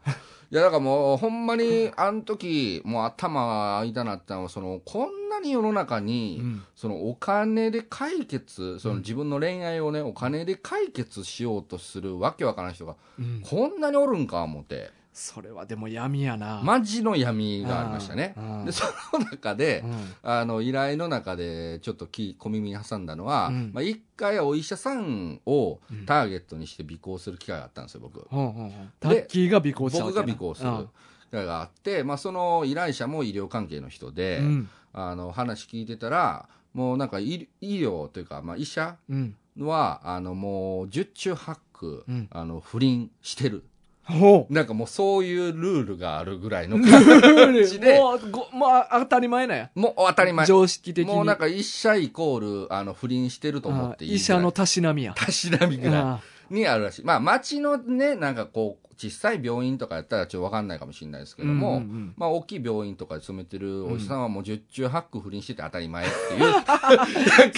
B: いや、だからもう、ほんまに、あの時、もう頭あいたなったのは、その、こんなに世の中に、
A: うん
B: その、お金で解決、その、自分の恋愛をね、お金で解決しようとするわけわからん人が、
A: うん
B: こんなにおるんか、思って、
A: それはでも闇やな。
B: マジの闇がありましたね
A: うんう。ん
B: で、その中で
A: う、ん
B: あの、依頼の中で、ちょっとき小耳に挟んだのは、
A: うん
B: まあ、一回お医者さんを
A: うん
B: ターゲットにして尾行する機会があったんですよ、僕。
A: ほんほんほんタッキーが尾行したわ
B: 僕
A: けや
B: が
A: な
B: 尾行する
A: うん
B: 機会があって、まあ、その依頼者も医療関係の人で、
A: うん
B: あの話聞いてたらもうなんか医医療というか、まあ、医者
A: うん
B: はあのもう十中八九、
A: うん
B: あの不倫してる [LAUGHS]
A: ほう
B: なんかもうそういうルールがあるぐらいの [LAUGHS] じで
A: もうごもう当たり前なんや
B: もう当たり前
A: 常識的に
B: もうなんか医者イコールあの不倫してると思っていい
A: あ医者のたしなみや
B: たしなみぐらい
A: あ
B: にあるらしい。まあ、町のね、なんかこう、小さい病院とかやったらちょっとわかんないかもしれないですけど
A: うんう
B: も、
A: んうん
B: まあ、大きい病院とかで勤めてるおじさんはもう十中八九不倫してて当たり
A: [LAUGHS]
B: 前っていう、なんか、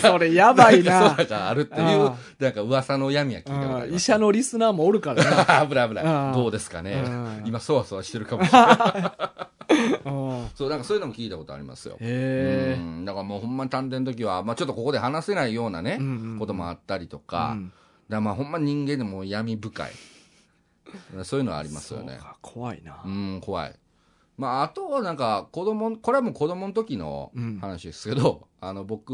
A: それやばい
B: なん
A: な
B: かそうがあるっていう
A: あ、
B: なんか噂の闇や聞いたことあ
A: う
B: り
A: ん
B: ま
A: 医
B: す。
A: 者のリスナーもおるからな
B: [LAUGHS] 危ない危な
A: あ
B: い。
A: あ
B: どうですかね
A: うん。
B: 今、そわそわしてるかもしれない。
A: うんへ
B: そう、なんかそういうのも聞いたことありますよ。う
A: え
B: んだからもうほんまに探偵の時は、まあちょっとここで話せないようなね、
A: うんうんうん
B: こともあったりとか、だからまあほんま人間でも闇深い。そういうのはありますよね。
A: 怖いな
B: うん、怖い。まあ、あとはなんか、子供、これはもう子供の時の
A: うん
B: 話ですけど、あの、僕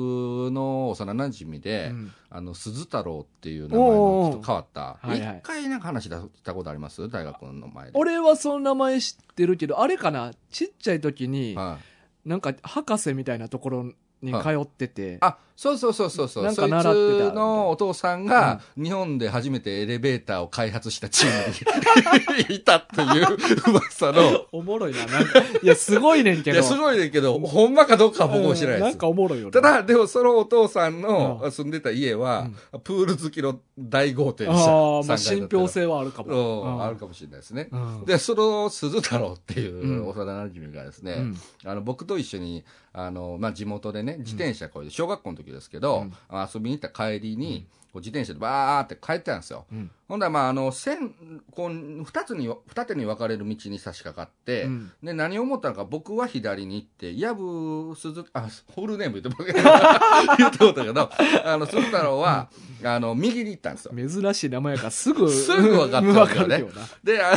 B: の幼馴染で、
A: うん
B: あの、鈴太郎っていう名前のちょっと変わった。
A: おーはいはい
B: 一回なんか話したことあります大学の前で。
A: 俺はその名前知ってるけどあれかなちっちゃい時に
B: はい
A: なんか博士みたいなところに通ってて
B: あ、そうそうそうそうそう。
A: なん
B: そ
A: か
B: い
A: 習ってた
B: つのお父さんが、日本で初めてエレベーターを開発したチーム
A: [LAUGHS]
B: にいたっていう噂の。
A: おもろいななんかいやすごいねん
B: い
A: けど
B: や、すごいねんけど、ほんまかどうかは僕も知らない
A: う
B: です。
A: んんかおもろいよね
B: ただ、でもそのお父さんの
A: う
B: 住んでた家は、プール好きの大豪邸で
A: あ
B: し
A: あ、
B: た。
A: まあ、
B: 3階だ
A: 信
B: ったら
A: 憑。性はあるか
B: う
A: も。
B: ん、ある
A: か
B: かもしれないですね。
A: も。
B: で、その鈴太郎ってい
A: うん
B: う幼馴染がですね、
A: うん
B: あの僕と一緒に、あの、まあ、地元でね、自転車これで、小学校の時ですけど、遊びに行った帰りに、こう自転車でバーって帰ってたんですよ。
A: うん
B: ほんだら、まあ、あの、線、こう、二つに、二手に分かれる道に差し掛かって、
A: うん
B: で、何を思ったのか、僕は左に行って、やぶ、鈴、あ、ホールネーム言って、僕
A: [LAUGHS]
B: 言ってもうたけど、あの、鈴太郎は、あの、右に行ったんですよ。
A: 珍しい名前やから [LAUGHS] すぐ、
B: すぐ分かったんだよね
A: わかるよな。
B: で、あ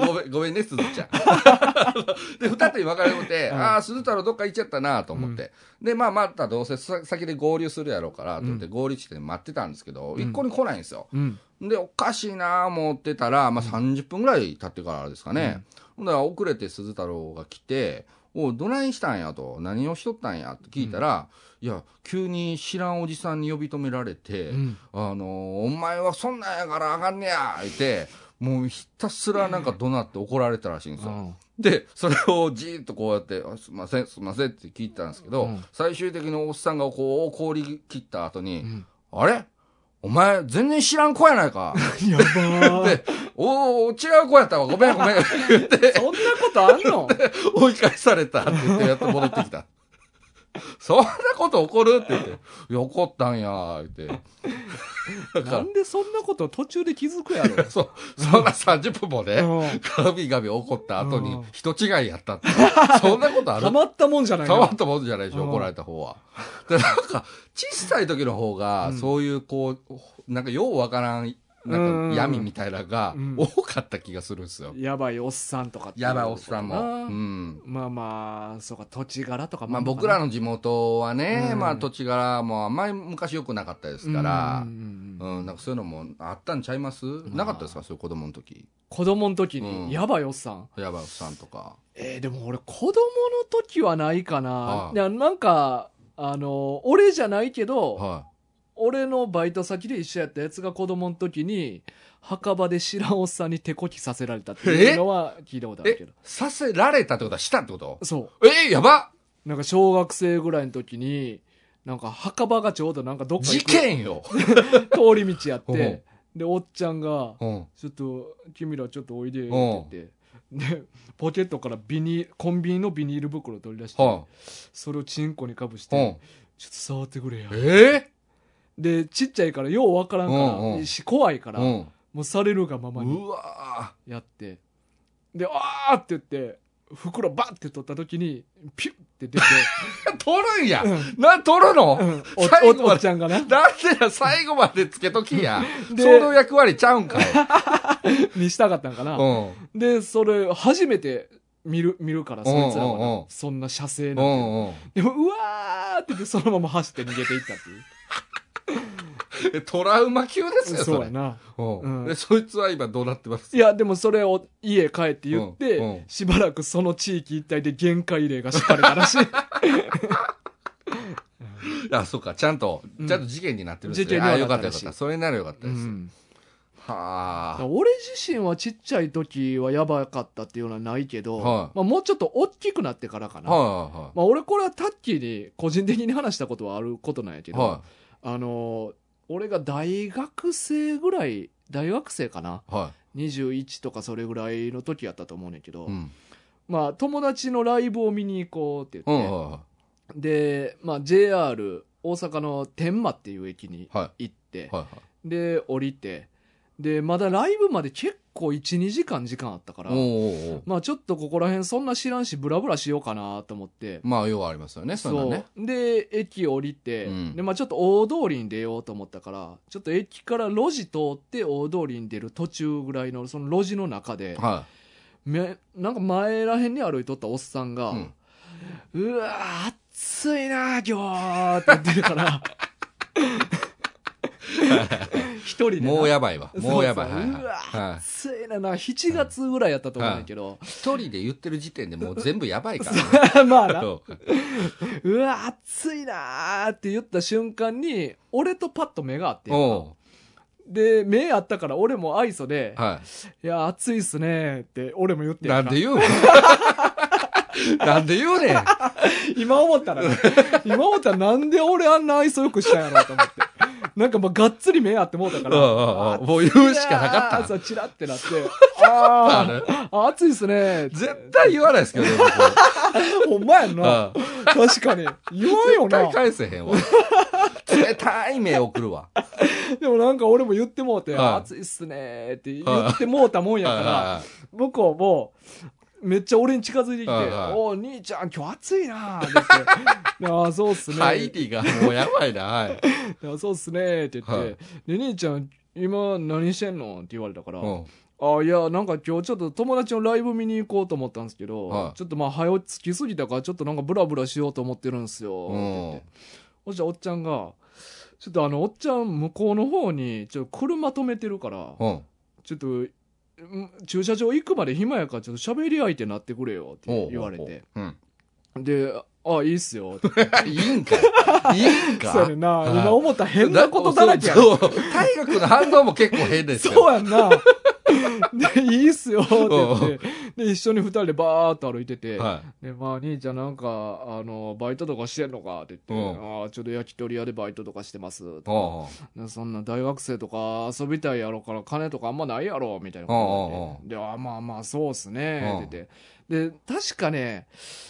B: のごめん、ごめんね、鈴ちゃん。で、二手に分かれてて、
A: うん
B: ああ、鈴太郎どっか行っちゃったなと思って。で、まあ、またどうせさ先で合流するやろうから、と思って合流地点待ってたんですけど、一向に来ないんですよ。
A: うん。
B: で、おかしいなぁ思ってたら、まあ、30分ぐらい経ってからですかね。ほんだら遅れて鈴太郎が来て、おいどないしたんやと、何をしとったんやって聞いたら、いや、急に知らんおじさんに呼び止められて、
A: うん
B: あのーお前はそんなんやからあかんねや言って、もうひたすらなんか怒鳴って怒られたらしいんですよ。で、それをじーっとこうやって、あすいません、すいませんって聞いてたんですけど、
A: うん
B: 最終的におっさんがこう、凍り切った後に、
A: ん
B: あれお前、全然知らん子やない
A: [LAUGHS]
B: か。
A: や [LAUGHS] ばー。
B: で、おお、違う子やったわ。ごめん、ごめ [LAUGHS] ん。
A: そんなことあんの
B: 追い返されたって言って、やっと戻ってきた。そんなこと起こるって言って、いや、怒ったんや、言って。だ
A: な
B: か
A: んでそんなこと途中で気づくやろ
B: ら、そう、そんな30分もね、
A: うん
B: ガビガビ怒った後
A: う
B: に
A: ん、
B: 人違いやったって。 [LAUGHS] そんなことある
A: たまったもんじゃない
B: たまっ
A: な。
B: たもんじゃないでしょ、
A: うん
B: 怒られた方は。で、なんか、小さい時の方が、
A: うん
B: そういう、こう、なんか、ようわからん、なんか、闇みたいなのが
A: うん、
B: 多かった気がするんですよ。
A: やばいおっさんとかっていう
B: やばいおっさんも。
A: な
B: うん。
A: まあまあ、そうか、土地柄とかも
B: まあ、
A: るの
B: 僕
A: からな
B: の地元はね、
A: うん
B: まあ、土地柄もあんまり昔良くなかったですから
A: うんうん、うんうん
B: うん、なんかそういうのもあったんちゃいますなかったですかそういう子供の時。
A: 子供の時
B: うん
A: に、やばいおっさん。
B: やばいおっさんとか。
A: えー、でも俺子供の時はないか
B: は
A: な。
B: い
A: いやなんか、あの、俺じゃないけど、
B: は
A: 俺のバイト先で一緒やったやつが子供の時に、墓場で知らんおっさんに手こきさせられたっていうのは聞いたことあ
B: い。
A: るけ
B: え
A: ど。、
B: させられたってことはしたってこと
A: そ
B: え、やばっ
A: う。なんか小学生ぐらいの時に、なんか墓場がちょうどなんかどっか
B: 事
A: 行く
B: 件よ。
A: 通り道やっ
B: ほう
A: て、で、おっちゃんが、
B: うん。
A: ちょっと、君らちょっとおいでって言って、で、ポケットからビニールコンビニのビニール袋取り出して、
B: は
A: それをチンコにかぶし
B: い。
A: て、
B: うん。
A: ちょっと触ってくれや。
B: え
A: で、ちっちゃいから、ようわからんから、
B: うんうん
A: し怖いか
B: ー
A: ら、
B: うん。
A: もうされるがままに
B: うわ
A: やってで「あー!」って言って袋バッて取った時にピュッて
B: [LAUGHS]
A: 出て、
B: ー取るんや、
A: う
B: な、取るの、
A: んうんお
B: 最後まで
A: おおっちゃんがな
B: だってや最後までつけときや。
A: [LAUGHS] で
B: ちょうど役割ちゃうん
A: [LAUGHS]
B: かい。
A: にしたかったんか
B: う
A: な、
B: ん。
A: でそれ初めて見る見るからそいつらはな
B: うんうんうん
A: そんな射精
B: う
A: なんて
B: んうん。
A: でもうわーって言ってそのまま走って逃げていったっていう
B: えトラウマ級ですよ、そ
A: そう
B: れ
A: や。な
B: うん
A: うん
B: でそいつは今どうなってます
A: いやでもそれを家帰って言って、
B: うんうん
A: しばらくその地域一帯で限界令が敷かれたら
B: [LAUGHS]
A: しい
B: あ、そうか、ちゃんと、
A: うん
B: ちゃんと事件になってるんですね。
A: 事件に
B: あ
A: は
B: よ
A: な
B: かっ
A: ったたら
B: よかっ
A: しい
B: た。それならよかった
A: う
B: です。
A: んだから
B: は
A: 俺自身はちっちゃい時はやばかったっていうのはないけど、
B: はい
A: まあ、もうちょっと大きくなってからか
B: あ。
A: な、
B: は
A: まあ、俺これはタッキーに個人的に話したことはあることなんやけ
B: いはい
A: ど、
B: は。
A: あのー俺が大学生ぐらい大学生かない
B: は
A: 21とかそれぐらいの時やったと思うねんけど、
B: い。うん。
A: まあ友達のライブを見に行こうって
B: う
A: 言
B: ん。
A: って、
B: は
A: で、まあ、JR 大阪の天満っていう駅に
B: いはい。
A: 行って、
B: はいはい。
A: で降りてでまだライブまで結構12時間時間あったから
B: おうおうおう
A: まあちょっとここら辺そんな知らんしブラブラしようかなと思って、
B: まあ、要はありますよね、そういうのはね。
A: で駅降りて、
B: うん
A: でまあ、ちょっと大通りに出ようと思ったからちょっと駅から路地通って大通りに出る途中ぐらいのその路地の中で、
B: は
A: めなんか前らへんに歩いとったおっさんが「
B: う
A: うんわー暑いなー今日」って言ってるから
B: [LAUGHS]
A: 一人で
B: い。
A: な
B: もうやばいわ。もうやばい。
A: そ
B: は
A: う
B: い
A: そううわ
B: はい。
A: 暑いなな7月ぐらいやったと思うんだけど、
B: 一人で言ってる時点でもう全部やばいからね
A: [LAUGHS] まあな
B: そう
A: うわ、暑いなーって言った瞬間に、俺とパッと目があって。
B: お
A: で、目あったから俺も愛想で
B: う、はい
A: や、暑いっすねーって俺も言っ
B: い。
A: てん
B: な
A: か
B: んで言うのなんで言うねん。
A: 今思ったら
B: [LAUGHS]
A: ね、今思ったらなんで俺あんな愛想よくしたんやろうと思って。なんかまあがっつり目あってもうたか
B: う
A: ら。
B: んうんうんもう言うしかなかった
A: さ、チラってなっ
B: [LAUGHS]
A: て、あーあ、暑いっすねーって。
B: 絶対言わないですけどね、僕
A: ほんまやんな。
B: うん
A: 確かに。言わんよ
B: 絶対
A: な。
B: 返せへんわ。冷たい目送るわ。
A: [LAUGHS] でもなんか俺も言ってもうて、
B: はい
A: 暑いっすねーって言ってもうたもんやから、
B: は
A: 向こうもめっちゃ俺に近づいてきて
B: はいはい
A: 「おお兄ちゃん今日暑いな」って言って「 [LAUGHS] であーそうっす
B: い
A: ね」
B: 入りがもうやばいな。はい
A: であーそうっすね」って言って、
B: はい
A: で兄ちゃん今何してんの?」って言われたから「
B: うん
A: あいやなんか今日ちょっと友達のライブ見に行こうと思ったんですけど、
B: はい
A: ちょっとまあ早落ちきすぎたからちょっとなんかブラブラしようと思ってるんですよ」って言ってそしたらおっちゃんが「ちょっとあのおっちゃん向こうの方にちょっと車止めてるから」
B: うん
A: ちょっとん駐車場行くまで暇やからちょっと喋り相手になってくれよって言われて。
B: うん。
A: で「あいいっす [LAUGHS] よ」って
B: いいんかい。いいんか。
A: そうやねんな
B: はい
A: 今思ったら変なことだらけやん
B: そう。そう大学の反応も結構変ですよ。
A: そうやんな [LAUGHS] で「いいっすよ」って言っ
B: おうおう
A: てで一緒に二人でバーッと歩いてて
B: は
A: でまあ兄ちゃんなんかあのバイトとかしてんのかって言って
B: う
A: 「ああちょっと焼き鳥屋でバイトとかしてます」
B: い。おう
A: でそんな大学生とか遊びたいやろから金とかあんまないやろみたいな
B: おうおう
A: こ
B: お
A: とで「であまあまあそうっす
B: おう
A: ね」って言ってで確かね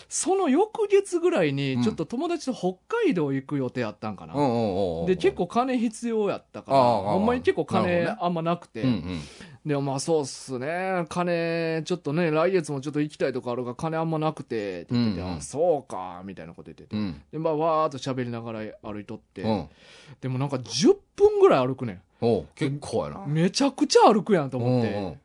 A: その翌月ぐらいにちょっと友達と北海道行く予定あったんかな、
B: おううんうんうん。
A: で結、構金必要やったから
B: ああああ
A: ほんまに結構
B: なるほど
A: 金
B: ね
A: あんまなくて
B: うんうん。
A: でもまあそうっすね金ちょっとね来月もちょっと行きたいとかあるが金あんまなくてって言ってて、
B: うんうん
A: あそうかみたいなこと言ってて
B: うん。
A: でまあわーっと喋りながら歩いとって、
B: うん。
A: でもなんか10分ぐらい歩くねん
B: おう結構やな。
A: めちゃくちゃ歩くやんと思って、
B: うんうん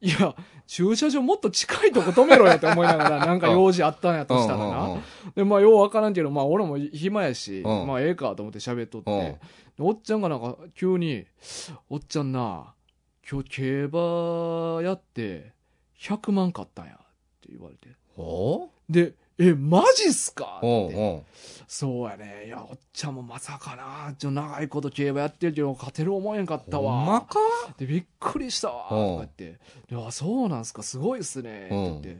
A: いや駐車場もっと近いとこ止めろやと思いな
B: [LAUGHS]
A: がらなんか用事あったんやとしたらな、
B: うんうん
A: でまあようわからんけどまあ俺も暇やし、
B: うん
A: まあええかと思って喋っとって、
B: うん
A: でおっちゃんがなんか急に「おっちゃんな今日競馬やって100万買ったんや」って言われて
B: おう
A: で「えマジっすか?」
B: お
A: っ
B: う
A: て
B: おう
A: そうやねいやおっちゃんもまさかなちょ長いこと競馬やってるけど勝てる思えんかったわ
B: ほんまか
A: でびっくりしたわ
B: うん
A: とか言って「であそうなんすかすごいっすね」って言って、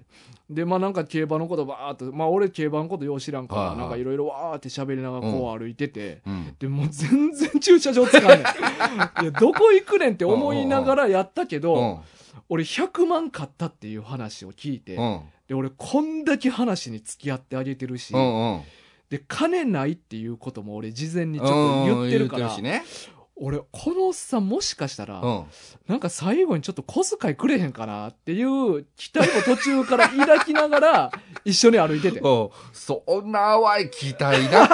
A: でまあなんか競馬のことばーっとまあ俺競馬のことよう知らんから、
B: はいはい
A: なんかいろいろわーって喋りながらこう歩いてて、
B: うん。
A: でもう全然駐車場つかんねん [LAUGHS] いやどこ行くねんって思いながらやったけど、
B: うん
A: 俺100万買ったっていう話を聞いて、
B: うん。
A: で俺こんだけ話に付き合ってあげてるし、
B: うんうん。
A: で金ないっていうことも俺事前にちょっと言ってるから、
B: うん言ってるしね。
A: 俺、このおっさんもしかしたら、
B: うん。
A: なんか最後にちょっと小遣いくれへんかなっていう期待も途中から抱きながら一緒に歩いてて。
B: うんそんな淡い期待なく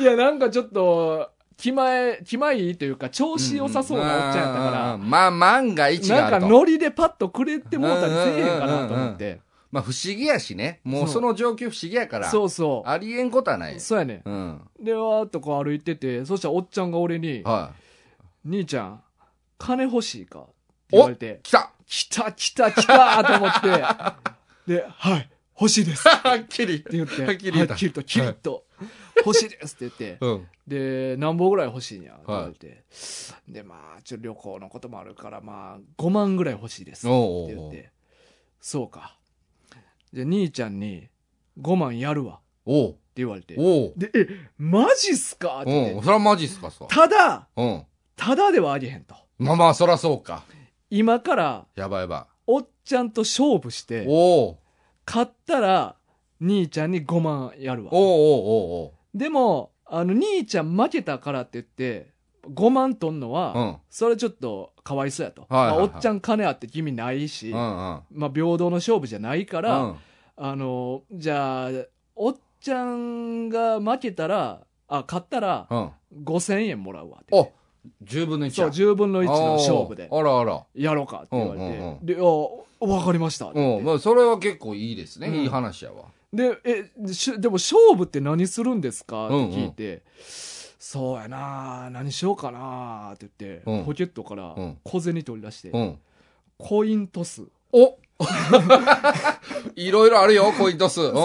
A: いや、なんかちょっと、気前、気前いいというか、 [LAUGHS] 調子良さそうなおっちゃんやったから、
B: うんまあ、万が一があ
A: な
B: る
A: ん
B: と。
A: かノリでパッとくれてもうたりせえへんかなと思って。
B: まあ、不思議やしね。もう
A: そう
B: その状況不思議やから。
A: そうそ。。
B: ありえんことはないう
A: そうやね
B: うん。
A: ん。で、わーっとこう歩いてて、そしたらおっちゃんが俺に、
B: は
A: 兄ちゃん、金欲しいかって言われて
B: い。、来た
A: 来た来た来たと思って、で、 [LAUGHS] はい、欲しいです。
B: はっきり
A: っ。て言って、
B: はっきり言うた
A: と、キリッと、欲しいですって言って、
B: うん。
A: で、何本ぐらい欲しいんやって言われて、で、まあ、ちょっと旅行のこともあるから、まあ、5万ぐらい欲しいですって
B: おうおう
A: 言
B: お
A: っ
B: う
A: て、そうか。じゃあ兄ちゃんに5万やるわって
B: おう
A: 言われて、
B: おう
A: で、え、マジっすかって言
B: う
A: っ
B: ん。
A: て、
B: そらマジっすか、そら。
A: ただ、
B: うん。
A: ただではありへんと。
B: まあまあ、そらそうか。
A: 今から、
B: やばいやば
A: おっちゃんと勝負し
B: い。
A: て、
B: おう
A: 買ったら、兄ちゃんに5万やるわ。
B: おうおうおう
A: でも、あの、兄ちゃん負けたからって言って、5万とんのは、
B: おう。うん。
A: それちょっとかわいそうやと。
B: はいはいはい
A: まあおっちゃん金あって君ないし、
B: うんうん。
A: まあ平等の勝負じゃないか、
B: から
A: あの、じゃあ、おっちゃんが負けたら、あ、勝ったら
B: うん。
A: 5000円もらうわって言っ
B: お
A: て。
B: 10分の1
A: そう、
B: や
A: 10分の1の勝負で
B: あ、ーあらあら。
A: やろうかって言われて、
B: うんうんうん
A: で、あ、わかりましたって言っ
B: う
A: て
B: ん。まあ、それは結構いいですね。
A: うん
B: いい話やわ。
A: で、え、しでも勝負って何するんですかって聞いて、そうやな何しようかなって言って、
B: うん
A: ポケットから
B: うん
A: 小銭取り出して、
B: うん。
A: コイントス。
B: お [LAUGHS] いろいろあるよ、コイントス。うんうんうん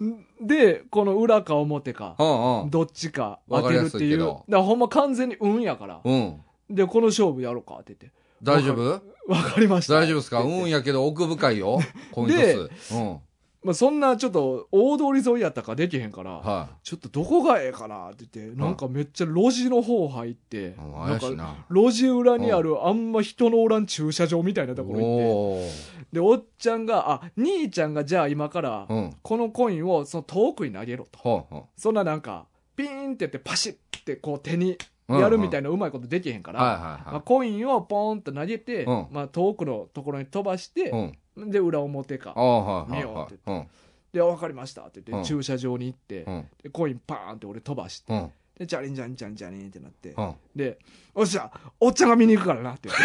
B: うん。
A: で、この裏か表か、
B: うん
A: どっちか当
B: わか
A: て
B: り
A: るっ
B: やす
A: て
B: い
A: い
B: け
A: う。だ
B: ど
A: からほんま完全に運やから。
B: うん。うん。
A: で、この勝負やろうかって言って、
B: 大丈夫
A: わかりました。
B: 大丈夫ですか
A: って言って
B: 運やけど奥深いよ、コイントス。うん。
A: まあ、そんなちょっと大通り沿いやったからできへんから、
B: は
A: ちょっとどこがええかなって言って、なんかめっちゃ路地の方入って、
B: い。うん
A: なんか
B: 怪しいな。
A: 路地裏にあるあんま人のおらん駐車場みたいなところ行って
B: おー。
A: でおっちゃんがあ兄ちゃんがじゃあ今から
B: うん。
A: このコインをその遠くに投げろと
B: ほうほ
A: そんななんかピーンってやってパシッってこう手に
B: う。
A: やるみた
B: い
A: いなうまいことできへんから、
B: はい
A: まあ、
B: は
A: コインをポーンと投げて、
B: うん
A: まあ、遠くのところに飛ばし
B: い
A: て
B: はい。う、ん。
A: で裏表か
B: ああ、はい
A: 見
B: はい
A: よ
B: は
A: うって
B: い。うん。
A: で分かりましたって言って、
B: うん
A: 駐車場に行って、
B: うん。
A: でコインパーンって俺飛ばして、
B: うん。
A: でチャリンチャリンチャリンチャリンってなって、
B: うん。
A: でおっしゃおっちゃんが見に行くからなって言っ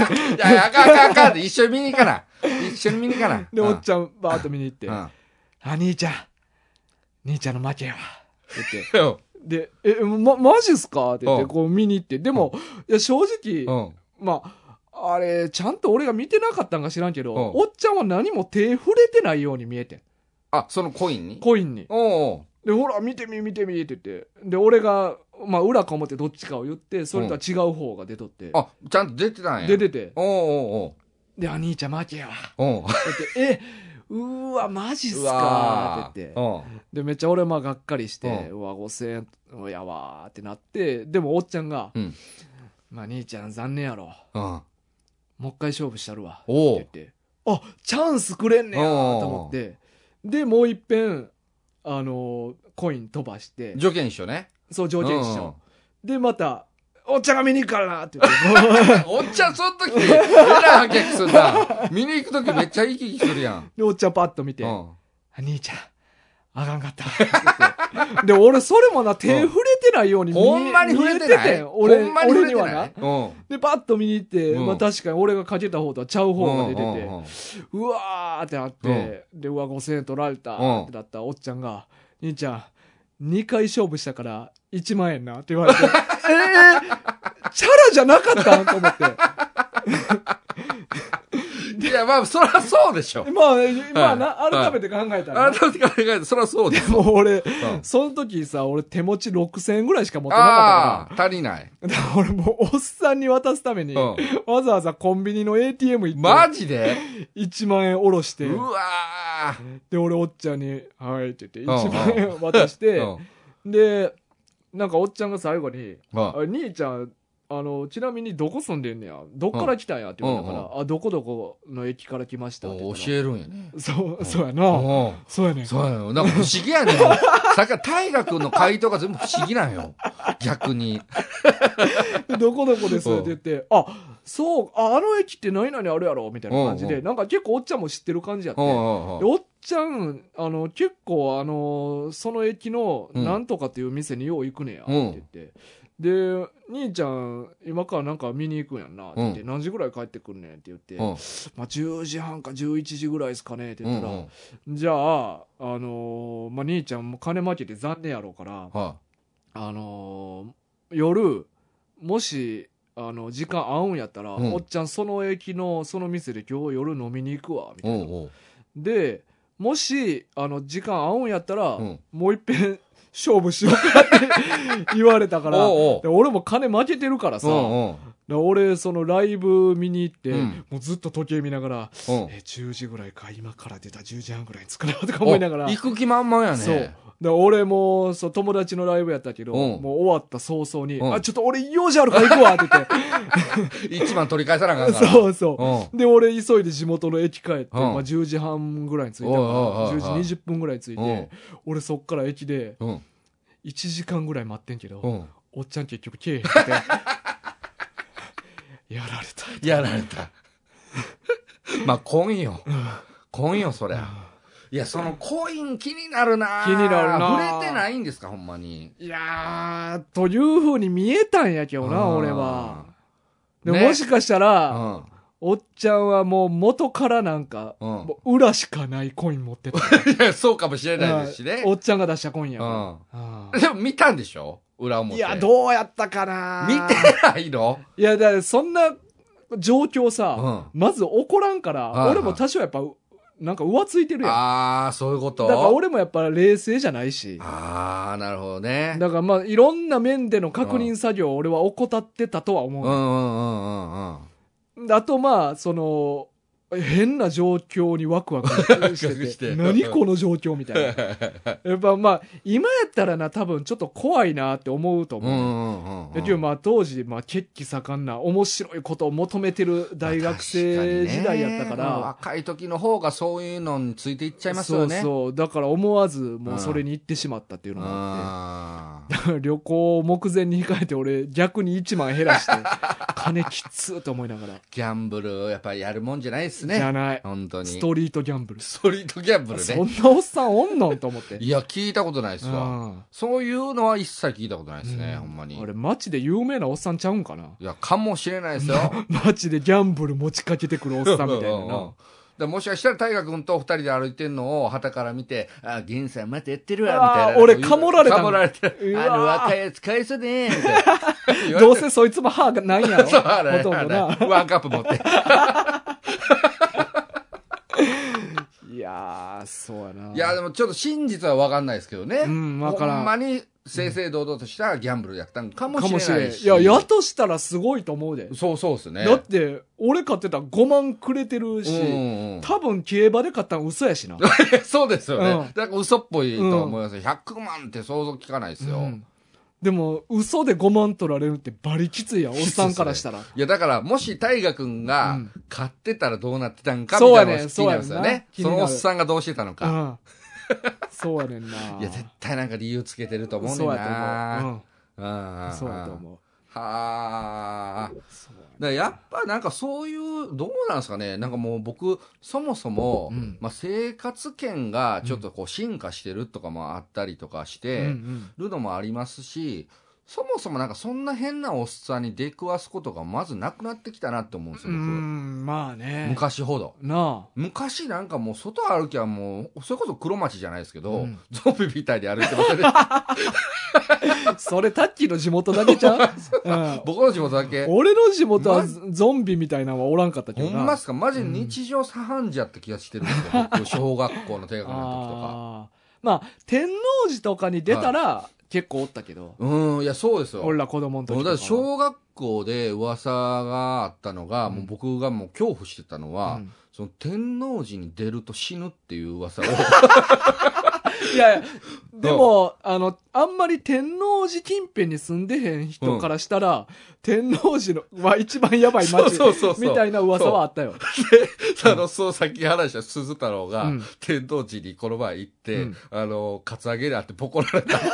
A: て
B: [LAUGHS] いやいや、あかんあかんあかんって一緒に見に行かな。一緒に見に行か
A: [LAUGHS]
B: な。
A: で、
B: うん
A: おっちゃん、バーっと見に行って、あ、
B: う
A: 兄ちゃん、兄ちゃんの負けやわ。って
B: ん。
A: 言って、で、え、ま、マジっすかって言って、
B: うん
A: こう見に行って、でも、いや、正直、
B: うん。
A: まあ、あれ、ちゃんと俺が見てなかったんか知らんけど、
B: うん
A: おっちゃんは何も手触れてないように見えてん。
B: あ、そのコインに
A: コインに。
B: おう
A: で、ほら、見てみ、見てみ、って言って。で、俺が、まあ、裏か表どっちかを言って、それとは違う方が出とって
B: おう。、あ、ちゃんと出てたんや。
A: 出てて、
B: おうお
A: で、あ兄ちゃん負けやわ。
B: うおう。おう。
A: って言って、え、うーわ、マジっす
B: うわ
A: か
B: ー
A: って言って。
B: おう
A: で、めっちゃ俺、まあ、がっかりして、
B: う
A: うわ、5000円、やわーってなって、でも、おっちゃんが、
B: うん
A: まあ、兄ちゃん、残念やろ。
B: うん。
A: もう一回勝負したるわ。って
B: お
A: 言っ
B: う。
A: て、あ、チャンスくれんねやーと思って、で、もう一遍、あのーコイン飛ばして、
B: 条件一緒ね。
A: そう、条件一
B: うん
A: 緒。で、また、おっちゃんが見に行くからなって
B: [LAUGHS]
A: 言って、
B: おっちゃん、その時、えらい吐き気すんな。見に行く時めっちゃ生き生きするやん。
A: で、おっちゃんパッと見て、
B: うん。
A: 兄ちゃん、あかんかったって言って。で、俺、それもな、手触れてないように見え
B: ほんまに触れて
A: 見
B: な
A: え
B: い
A: ん俺、
B: ほんまに触
A: 俺
B: れ
A: に
B: て
A: は
B: な。。
A: ない
B: うん。
A: で、パッと見に行って、
B: うん
A: まあ確かに俺がかけた方とはちゃう方が出てて、う
B: うんうんうん
A: わーってなって、で、うわ、5000円取られた
B: うん
A: ってなったらおっちゃんが、兄ちゃん、2回勝負したから1万円なって言
B: [LAUGHS]
A: われて、えー、チャラじゃなかったんと思
B: [LAUGHS]
A: って。
B: いや、まあ、そらそうで
A: [LAUGHS]
B: しょ。
A: まあ、まあな、改めて考えたらな、
B: 改めて考えて、そらそうです。
A: もう俺、
B: ん
A: その時さ、俺手持ち6000円ぐらいしか持ってなか
B: ああ、足りない。
A: ったから、だから俺もうおっさんに渡すために、
B: うん
A: わざわざコンビニの ATM 行って、
B: マジで
A: 1万円下ろして、
B: うわー
A: で、俺、おっちゃんに、はいって言って、
B: うん
A: 1万円渡して、
B: うん
A: で、なんかおっちゃんが最後に、
B: うん
A: あ兄ちゃん、あの、ちなみにどこ住んでんねや、どっから来たんやって言われたか
B: うん
A: ら、あ、どこどこの駅から来ましたって言
B: お
A: った
B: 教
A: ら。
B: えるんやね。
A: そう、そうや
B: う
A: な。
B: ん。
A: そうやねん。 [LAUGHS]
B: そうやよ。なんか不思議やねん。さっきから大河君の回答が全部不思議なんよ。逆に。
A: でどこどこです
B: う
A: っ
B: ん
A: て言って、あ、そう、ああの駅って何々あるやろみたいな感じ
B: うん
A: で、
B: う
A: なんか結構おっちゃんも知ってる感じやって、
B: うんう
A: で
B: んうん
A: おっちゃん、あの、結構あの、その駅の
B: うん
A: なんとかっていう店によう行くねや、って言って。で、兄ちゃん、今からなんか見に行くんやんな、って言って、
B: う
A: 何時ぐらい帰ってくんねんって言って、
B: うん
A: まあ10時半か11時ぐらいですかね、って言ったら、
B: うんうん
A: じゃあ、あのーまあ、兄ちゃんも金負けて残念やろうから、
B: は
A: あのー夜、もし、あの、時間合うんやったら、
B: うん
A: おっちゃんその駅の、その店で今日夜飲みに行くわ、み
B: い。
A: た
B: う
A: い
B: ん
A: な。
B: うん
A: で、もし、あの、時間合うんやったら、
B: うん
A: もう一遍勝負しようかって [LAUGHS] 言われたから、
B: おうおう
A: で俺も金負けてるからさ、
B: うんうん
A: で俺、そのライブ見に行って、
B: うん
A: もうずっと時計見ながら、
B: うん
A: え、10時ぐらいか、今から出た10時半ぐらいに着くな、とか思いながら
B: お。行く気満々やね。
A: そう。だから俺も、そう、友達のライブやったけど、
B: うん
A: もう終わった早々に、
B: うん
A: あ、ちょっと俺用事あるから行くわって
B: 一番取り返さなあか
A: 言って。
B: んから。
A: そうそう。
B: うん。
A: で、俺急いで地元の駅帰って、
B: うん
A: まあ10時半ぐらいに着いたから、
B: おいおいおいおい
A: 10時20分ぐらいに着いて、俺そっから駅で
B: うん。うん
A: 1時間ぐらい待ってんけど、
B: うん。
A: おっちゃん結局来えへんくて。 [LAUGHS] やられた。
B: やられた。 [LAUGHS] まあ、来んよ。来んよ、そりゃ。いや、そのコイン気になるな
A: 気になるな
B: 触れてないんですか、ほんまに。
A: いやー、という風に見えたんやけどな、
B: うん
A: 俺は。でも
B: ね
A: もしかした
B: う
A: ら、
B: ん。
A: おっちゃんはもう元からなんか、
B: うん
A: もう裏しかないコイン持ってた。
B: [LAUGHS] いや、そうかもしれないですしね。
A: おっちゃんが出したコインやから
B: う
A: あ
B: ん。でも見たんでしょ裏
A: あ
B: 表。
A: いや、どうやったかな
B: [LAUGHS] 見てないの
A: いや、だからそんな状況さ、
B: う
A: まず怒らんから、
B: はいはい
A: 俺も多少やっぱ、うなんか浮ついてるやん。
B: ああ、そういうこと
A: だから俺もやっぱ冷静じゃないし。
B: ああ、なるほどね。
A: だからまあ、いろんな面での確認作業を俺は怠ってたとは
B: う
A: 思
B: ん
A: う
B: う。んうんうんうん。
A: あとまあ、その、変な状況にワクワク
B: [LAUGHS]
A: してて、
B: して
A: 何この状況み
B: [LAUGHS]
A: たいな。やっぱまあ、今やったらな、多分ちょっと怖いなって思うと
B: うん
A: 思う。
B: うんうん。
A: でけどまあ当時、まあ、血気盛んな、面白いことを求めてる大学生時代やったか
B: まあ確にね
A: ら、
B: 若い時の方がそういうのについていっちゃいます
A: そ
B: よ
A: う
B: ね。
A: そう、だから思わずもうそれに行ってしまったっていうのがあ
B: あ
A: って、 [LAUGHS] 旅行を目前に控えて俺逆に1万減ら
B: [LAUGHS]
A: して、金きっつーと思いながら、
B: ギャンブル、やっぱりやるもんじゃないです
A: じゃ
B: ね。
A: ない、
B: 本当に。
A: ストリートギャンブル。
B: ストリートギャンブル
A: そ
B: ね。
A: んなおっさんおんのんと思って。
B: いや、聞いたことないですわ。
A: あ
B: そういうのは一切聞いたことないですね、
A: うん
B: ほんまに。
A: あれ、街で有名なおっさんちゃうんかない
B: や、かもしれないですよ。
A: 街でギャンブル持ちかけてくるおっさんみたいな
B: うんうんうん
A: な。
B: でもしかしたら大河君と二人で歩いてんのを旗から見て、あ、源さんまたやってるわ、みたい
A: あ
B: な
A: ー
B: のを言う。
A: 俺かもられた
B: かもられて
A: うわー
B: あの若いやつ返すねー、みたいな [LAUGHS] 言われて。
A: どうせそいつも歯がないんやろ
B: [LAUGHS] そう、あれ、
A: ほとんどな
B: あ。れワンカップ持って。
A: いやー、そうやな。
B: [LAUGHS] いや、でもちょっと真実は分かんないですけどね。
A: うんわからん
B: ほんまに正々堂々としたギャンブルやったんかも
A: かも
B: し
A: し
B: れな
A: れ
B: い
A: ん。
B: し。
A: いや、やとしたらすごいと思うで。
B: そうそうですね。
A: だって、俺買ってたら5万くれてる
B: うん
A: し、
B: うんうん [LAUGHS]
A: 多分競馬で買ったん嘘やしな。
B: そうですよね。
A: うん
B: だから嘘っぽいとは思いますよ。100万って想像聞かないですよ。
A: うんでも、嘘で5万取られるってバリきついやん、おっさんからしたら。
B: いや、だから、もし大河君
A: う
B: が
A: ん
B: 買ってたらどうなってたんかみ
A: そう
B: た
A: や
B: いな
A: ね
B: のが気になるんですよね。
A: そうや
B: そ
A: ねん
B: のお
A: な
B: っさんがどうしてたの
A: う
B: か。
A: ん。そうやねんな。
B: いや、絶対なんか理由つけてると思うねん
A: そうやと
B: な。
A: 思う。
B: うん
A: う。
B: うんん
A: そうやと思う。
B: はあ。
A: そうやね
B: だからやっぱなんかそういう、どうなんですかね、なんかもう僕、そもそも、
A: うん
B: まあ、生活圏がちょっとこう進化してるとかもあったりとかしてるのもありますし、そもそもなんかそんな変なおっさんに出くわすことがまずなくなってきたなって思うんです
A: う
B: よ、僕。
A: ん、まあね。
B: 昔ほど。
A: な
B: 昔なんかもう外歩きはもう、それこそ黒町じゃないですけど、
A: うん
B: ゾンビみたいで歩いてましたね。
A: [LAUGHS] あ。それタッキーの地元だけじゃん、
B: [LAUGHS]
A: うん
B: 僕の地元だけ。
A: 俺の地元は
B: ま
A: ゾンビみたいなのはおらんかったけ
B: ほ
A: どな。
B: んまっすかマジ日常茶飯事やった気がしてるんですよ、僕小学校の低学年の時とか。
A: あーまあ、天王寺とかに出たら結構おったけど。
B: うん、いや、そうですよ。
A: 俺ら子供の時
B: も
A: と
B: う
A: か
B: だっ
A: は。
B: て小学校で噂があったのが、
A: うん
B: もう僕がもう恐怖してたのは、
A: うん
B: その
A: [LAUGHS]
B: 天王寺に出ると死ぬっていう噂を、
A: いやいや、でも、あの、あんまり天王寺近辺に住んでへん人からしたら、天王寺のは一番やばい
B: そう
A: 街
B: そうそうそう
A: みたいな噂はあったよ。
B: あの、そう、さっき話した鈴太郎が
A: うん、
B: 天童寺にこの前行って、
A: うん
B: あの、カツアゲであってボコられたっていう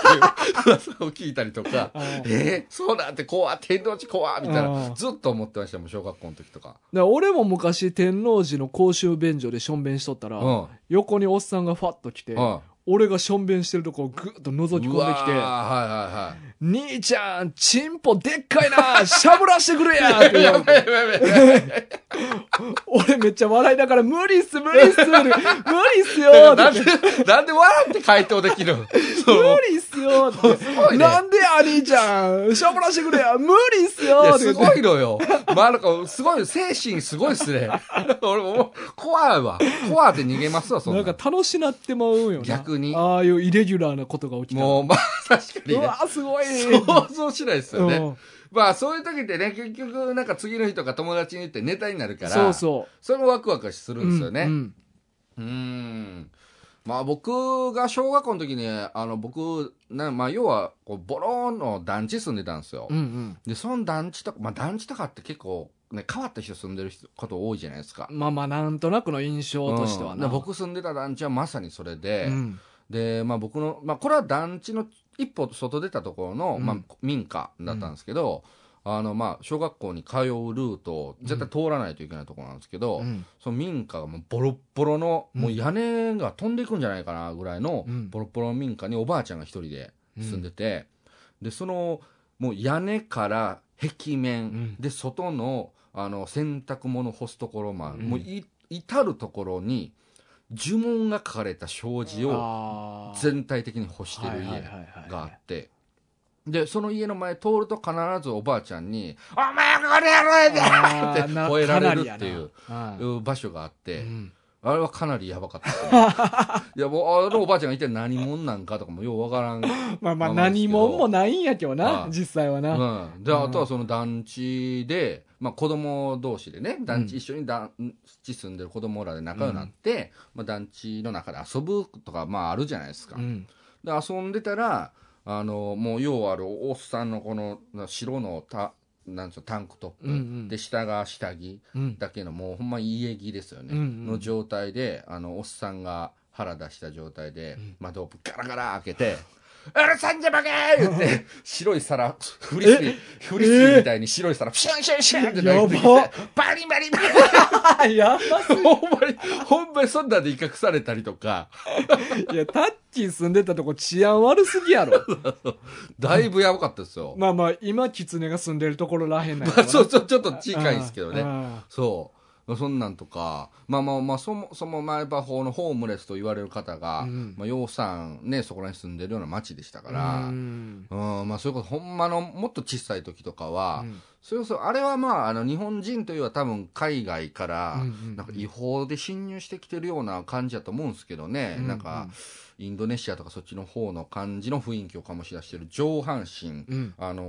B: 噂を聞いたりとか、
A: あー
B: えー、そうなんて怖っ天童寺怖っみたい
A: あ
B: な、
A: ー
B: ずっと思ってましたもん、小学校の時とか。
A: だから俺も昔天王寺の公衆便所でしょんべんしとったら、
B: う
A: 横におっさんがファッと来て、
B: ん。うん。
A: 俺がしょんべんしてるとこをぐっと覗き込ん
B: うわ
A: できて
B: ー、は
A: 兄ちゃん、チンポでっかい [LAUGHS] なしゃぶらしてくれやって
B: いはいは
A: 言
B: い。
A: わ
B: や
A: れ
B: べ
A: て [LAUGHS]
B: やべやべやべ。
A: 俺めっちゃ笑いながら、無理っす、無理っす、無理っすよって
B: なんで、なんで笑って回答できるのその
A: 無理っすよって
B: ごいね
A: なんでや、兄ちゃん、しゃぶらしてくれや無理っすよ
B: いや、
A: って言
B: す
A: って
B: ごいのよ。まあ、なんか、すごい、精神すごいっすね。 [LAUGHS] 俺も、怖いわ。怖って逃げますわ、そんな。
A: なんんか楽しなってまうんよな。
B: 逆に
A: ああいうイレギュラーなことが起きたら。
B: もう、まあ、確か
A: う
B: にね
A: わ。、すごい
B: 想像しないですよ
A: う
B: ね。
A: ん
B: まあ、そういう時ってね、結局、なんか次の日とか友達に言ってネタになるから、
A: そうそう。
B: それもワクワクするんですよね。
A: う
B: うん
A: ん
B: ーん。まあ、僕が小学校の時に、あの、僕、なまあ、要は、こうボローンの団地住んでたんですよ。
A: うんうん
B: で、その団地とか、まあ、団地とかって結構、ね、変わった人住んでる人こと多いじゃないですか。
A: まあまあ、なんとなくの印象としては
B: う
A: な。
B: ん僕住んでた団地はまさにそれで、
A: うん
B: で、まあ、僕の、まあ、これは団地の一歩外出たところの、
A: うん
B: まあ、民家だったんですけど、あのまあ小学校に通うルートを絶対通らないといけないところなんですけど、
A: うん
B: その民家がもうボロッボロの、
A: うん
B: もう屋根が飛んでいくんじゃないかなぐらいの
A: うん
B: ボロッボロの民家におばあちゃんが一人で住んでて、でそのもう屋根から壁面、
A: ん
B: で外のあの洗濯物干すところまで、
A: うん
B: もうい至るところに呪文が書かれた障子を
A: あー
B: 全体的に干して
A: は
B: る
A: い
B: 家
A: はいはいはい
B: があって。で、その家の前通ると必ずおばあちゃんに、お前これやろや
A: あ
B: で
A: ー
B: って
A: な
B: 吠えられる
A: かなりやな
B: っていう
A: うん
B: で場所があって、
A: うん
B: あれはかなりやばかったですね。
A: [LAUGHS]
B: いや、もう、あのおばあちゃんが一体何者なんかとかもようわからん。
A: まあまあ
B: まあまあ
A: 何もんもないんやけど
B: あ
A: な
B: あ
A: 実際はな、
B: うん。で、
A: うん
B: あとはその団地で、まあ子供同士でね、団地、
A: うん
B: 一緒に団地住んでる子供らで仲良くなって、まあ団地の中で遊ぶとか、まああるじゃないですか。
A: うん
B: で遊んでたらあのもう要はあるおっさんのこのな白のたなんつうのタンクトップ、
A: うんうん
B: で下が下着
A: うん
B: だけのもうほんま家着ですよね、
A: うんうん
B: の状態であのおっさんが腹出した状態で、
A: ん
B: 窓をガラガラ開け [LAUGHS] て「うるさんじゃばけ!」言 [LAUGHS] って白い皿フリスビーフリスビーみたいに白い皿プシュンシュンシュンって投げてきて
A: やば
B: バリバリバリ
A: やば
B: [LAUGHS] ほんまにほんまにそんなんで威嚇されたりとか
A: いやタッキー住んでたとこ治安悪すぎや
B: [LAUGHS]
A: ろ
B: だいぶやばかったですよ。
A: まあまあ今キツネが住んでるところらへんなんや
B: まあ、そううそう、ちょっと近いんですけどね。
A: ね
B: そう。そんなんとか、まあまあまあ、そもそも前場法のホームレスと言われる方が、
A: うん
B: まあ、洋さんね、そこらに住んでるような町でしたから、うん、まあ、それこそ、ほんまの、もっと小さい時とかは、それこそ、あれはまあ、あの、日本人というは多分、海外から
A: うんうんうん、
B: なんか違法で侵入してきてるような感じだと思うんですけどね、
A: うんうん
B: なんか、インドネシアとかそっちの方の感じの雰囲気を醸し出してる上半身、
A: うん
B: あの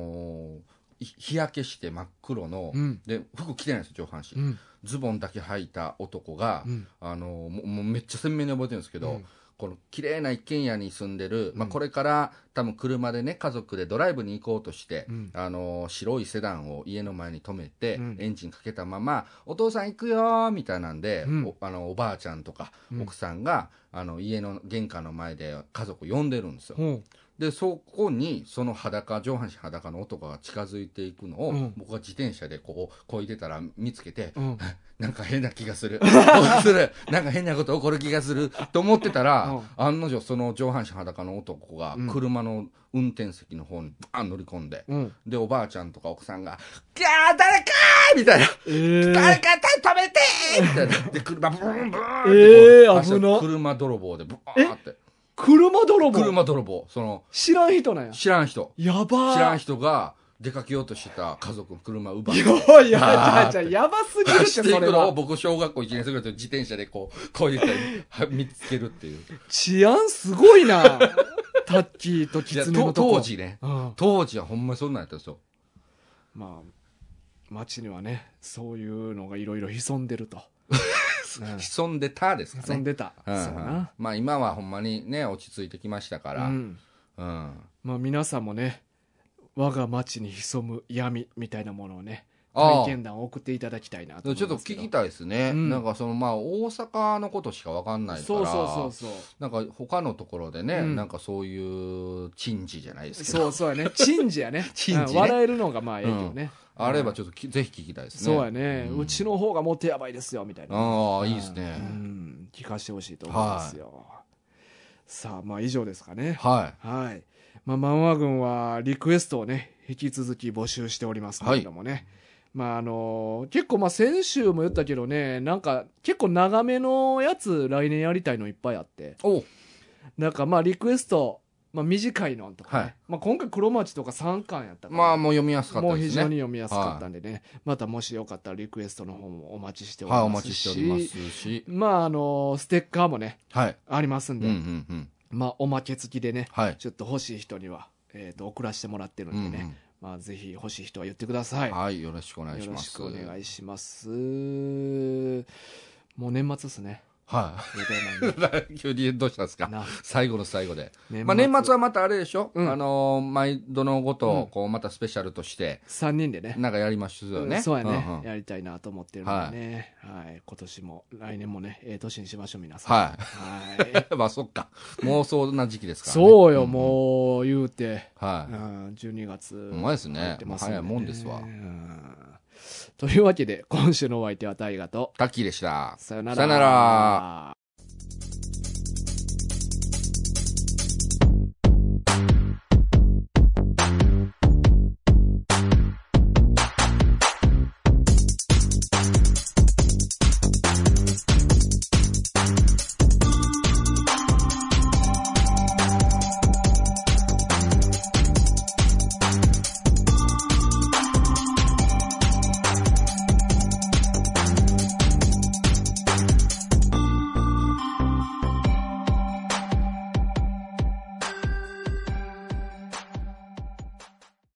B: ーひ日焼けして真っ黒の、
A: うん
B: で服着てないんですよ上半身、
A: うん
B: ズボンだけ履いた男が、
A: うん
B: あのーもうもうめっちゃ鮮明に覚えてるんですけど、
A: うん
B: この綺麗な一軒家に住んでる、まあ、これから多分車でね家族でドライブに行こうとして、
A: うん
B: あのー白いセダンを家の前に止めて、
A: うん
B: エンジンかけたまま「お父さん行くよー」みたいなんで、
A: うん
B: おあのおばあちゃんとか
A: うん
B: 奥さんが、あの家の玄関の前で家族呼んでるんですよ。
A: ほ
B: でそこにその裸上半身裸の男が近づいていくのを、
A: うん
B: 僕が自転車でこうこいでたら見つけて、
A: ううん
B: なんか変な気がする [LAUGHS] するなんか変なこと起こる気がすると思ってたら、案の定その上半身裸の男が
A: うん
B: 車の運転席の方にバーン乗り込んで、 [LAUGHS]
A: うん
B: でおばあちゃんとか奥さんが「いやー誰かー!」みたいな
A: え
B: 「
A: ー
B: 誰か止めてー!」みたいなで車ブーンブーンってこう
A: えー
B: 走る
A: 危な
B: 車泥棒でブーンって
A: 車泥棒
B: 車泥棒その
A: 知らん人なんや
B: 知らん人
A: やばー
B: 知らん人が出かけようとしてた家族の車を奪って
A: お [LAUGHS] いやば
B: あー
A: いややばすぎる
B: [LAUGHS] 走
A: っ
B: っててい
A: それ
B: くのを
A: は
B: 僕小学校1年生ぐらいの時自転車でこうこういうたり見つけるっていう
A: 治安すごい [LAUGHS] なタッキーとキ
B: いや
A: ツネのと
B: と
A: こ
B: 当時ね
A: うん
B: 当時はほんまにそんなんやったんですよ
A: まあ街にはねそういうのがいろいろ潜んでると
B: です、潜んでたですか
A: 遊ん
B: ね
A: でた。そう
B: うん
A: な。
B: まあ今はほんまにね落ち着いてきましたか
A: う
B: ら、うん
A: ん。まあ皆さんもね、我が町に潜む闇みたいなものをね、
B: ああ
A: 体験談を送っていただきたいな
B: ち
A: と
B: ょっ
A: 思い
B: と
A: ますけ
B: 聞
A: ど。
B: きたいですね、
A: うん
B: なんかそのまあ大阪のことしかわかんないから
A: そうそうそうそう。
B: なんか他のところでね、
A: うん
B: なんかそういう珍事じゃないですけど
A: そうそうや [LAUGHS] ね。珍事やね。
B: 珍事
A: うん
B: ね
A: 笑えるのがまあええけどね。
B: あればちょっときぜひ聞きたいですね
A: そうやね、
B: う
A: うんちの方がもっとやばいですよみたいな
B: ああいいですね、
A: うん聞かせてほしいと思いますよ、さあまあ以上ですかね
B: は
A: はいまあ漫画軍はリクエストをね引き続き募集しておりますけれどもね、まああの結構まあ先週も言ったけどねなんか結構長めのやつ来年やりたいのいっぱいあって
B: いお
A: なんかまあリクエスト、まあ、短いのとかね、
B: はい
A: まあ、今回黒町とか3巻やったから、
B: まあもう読みやすかっ
A: も
B: た
A: う
B: で
A: 非
B: すね
A: 常に読みやすかったんでね、またもしよかったらリクエストの方もお待ちしており
B: はいお
A: ます
B: 待ち
A: し、
B: しておりますし
A: まあ、あの、ステッカーもね、
B: はい
A: ありますん
B: うん
A: で、
B: うんうん
A: まあ、おまけ付きでね、
B: はい、
A: ちょっと欲しい人には、えっ、と、送らせてもらってる
B: うん
A: で
B: ん
A: ね、まあ、ぜひ欲しい人は言ってくださ
B: う
A: い。
B: んはいよろしくお願い
A: よ
B: し
A: ろ
B: ま
A: し
B: す
A: くお願いします。もう年末です
B: [LAUGHS]
A: ね。
B: は
A: 言うてないのに
B: い [LAUGHS] 急にどうしたんですか
A: な
B: 最後の最後で、
A: 年
B: まあ、年末はまたあれでしょ、
A: うん
B: あのー毎度のご
A: うん
B: とこうまたスペシャルとして
A: 3人でね、
B: なんかやりますよね、
A: うんそうやね、
B: んうん
A: やりたいなと思ってるのでね、はい、今年も来年もね、ええ年にしましょう、皆さん。
B: は
A: はい。
B: い [LAUGHS] まあそっかもうそんな時期ですから、ね、
A: そうよ、
B: んん
A: もう、言うて、
B: は
A: う
B: い、
A: ん、12月
B: うまいです
A: 入
B: ね
A: って
B: もう
A: ますんで
B: 早
A: ね。
B: いもんですわ
A: うんというわけで、今週のお相手は大河と、
B: タッキーでした
A: さよなら。
B: さよなら